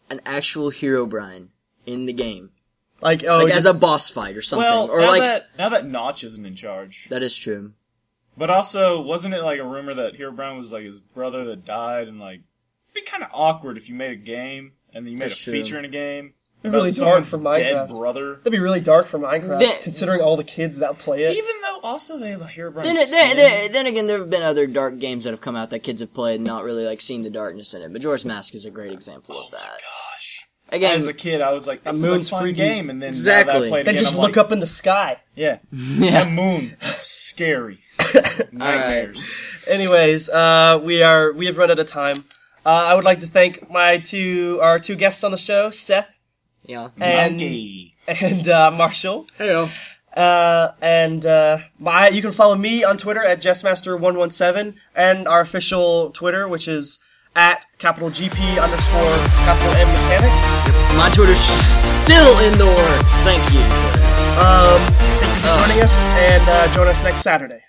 Speaker 5: an actual hero Brian in the game,
Speaker 2: like oh
Speaker 5: like
Speaker 2: just-
Speaker 5: as a boss fight or something,
Speaker 1: well,
Speaker 5: or
Speaker 1: now
Speaker 5: like
Speaker 1: that now that Notch isn't in charge,
Speaker 5: that is true.
Speaker 1: but also wasn't it like a rumor that Hero Brown was like his brother that died, and like it'd be kind of awkward if you made a game and then you made
Speaker 5: That's
Speaker 1: a
Speaker 5: true.
Speaker 1: feature in a game
Speaker 2: It'd be
Speaker 1: about
Speaker 2: really dark
Speaker 1: someone's
Speaker 2: for
Speaker 1: dead
Speaker 2: Minecraft.
Speaker 1: brother.
Speaker 2: That'd be really dark for Minecraft,
Speaker 5: Then-
Speaker 2: considering all the kids that play it.
Speaker 1: Even though also they have a Hero Brown.
Speaker 5: Then, then, then, then again, there have been other dark games that have come out that kids have played and not really like seen the darkness in it. Majora's Mask is a great example of that.
Speaker 1: Gosh.
Speaker 5: Again,
Speaker 1: Oh As a kid, I was like, "This
Speaker 2: moon's
Speaker 1: is a fun
Speaker 2: freaky.
Speaker 1: game," and then now that
Speaker 5: Exactly.
Speaker 1: I played
Speaker 2: They
Speaker 1: again,
Speaker 2: just
Speaker 1: I'm
Speaker 2: look
Speaker 1: like,
Speaker 2: up in the sky.
Speaker 1: Yeah, the
Speaker 5: yeah,
Speaker 1: moon, scary nightmares.
Speaker 2: Anyways, uh, we are we have run out of time. Uh, I would like to thank my two our two guests on the show, Seth
Speaker 5: yeah.
Speaker 2: and
Speaker 1: Monkey.
Speaker 2: and uh, Marshall.
Speaker 4: Hey,
Speaker 2: Uh, and uh, my, you can follow me on Twitter at JessMaster117 and our official Twitter, which is at capital GP underscore capital M mechanics.
Speaker 5: My Twitter's still in the works. Thank you. Twitter.
Speaker 2: Um, thank you for joining us and uh, join us next Saturday.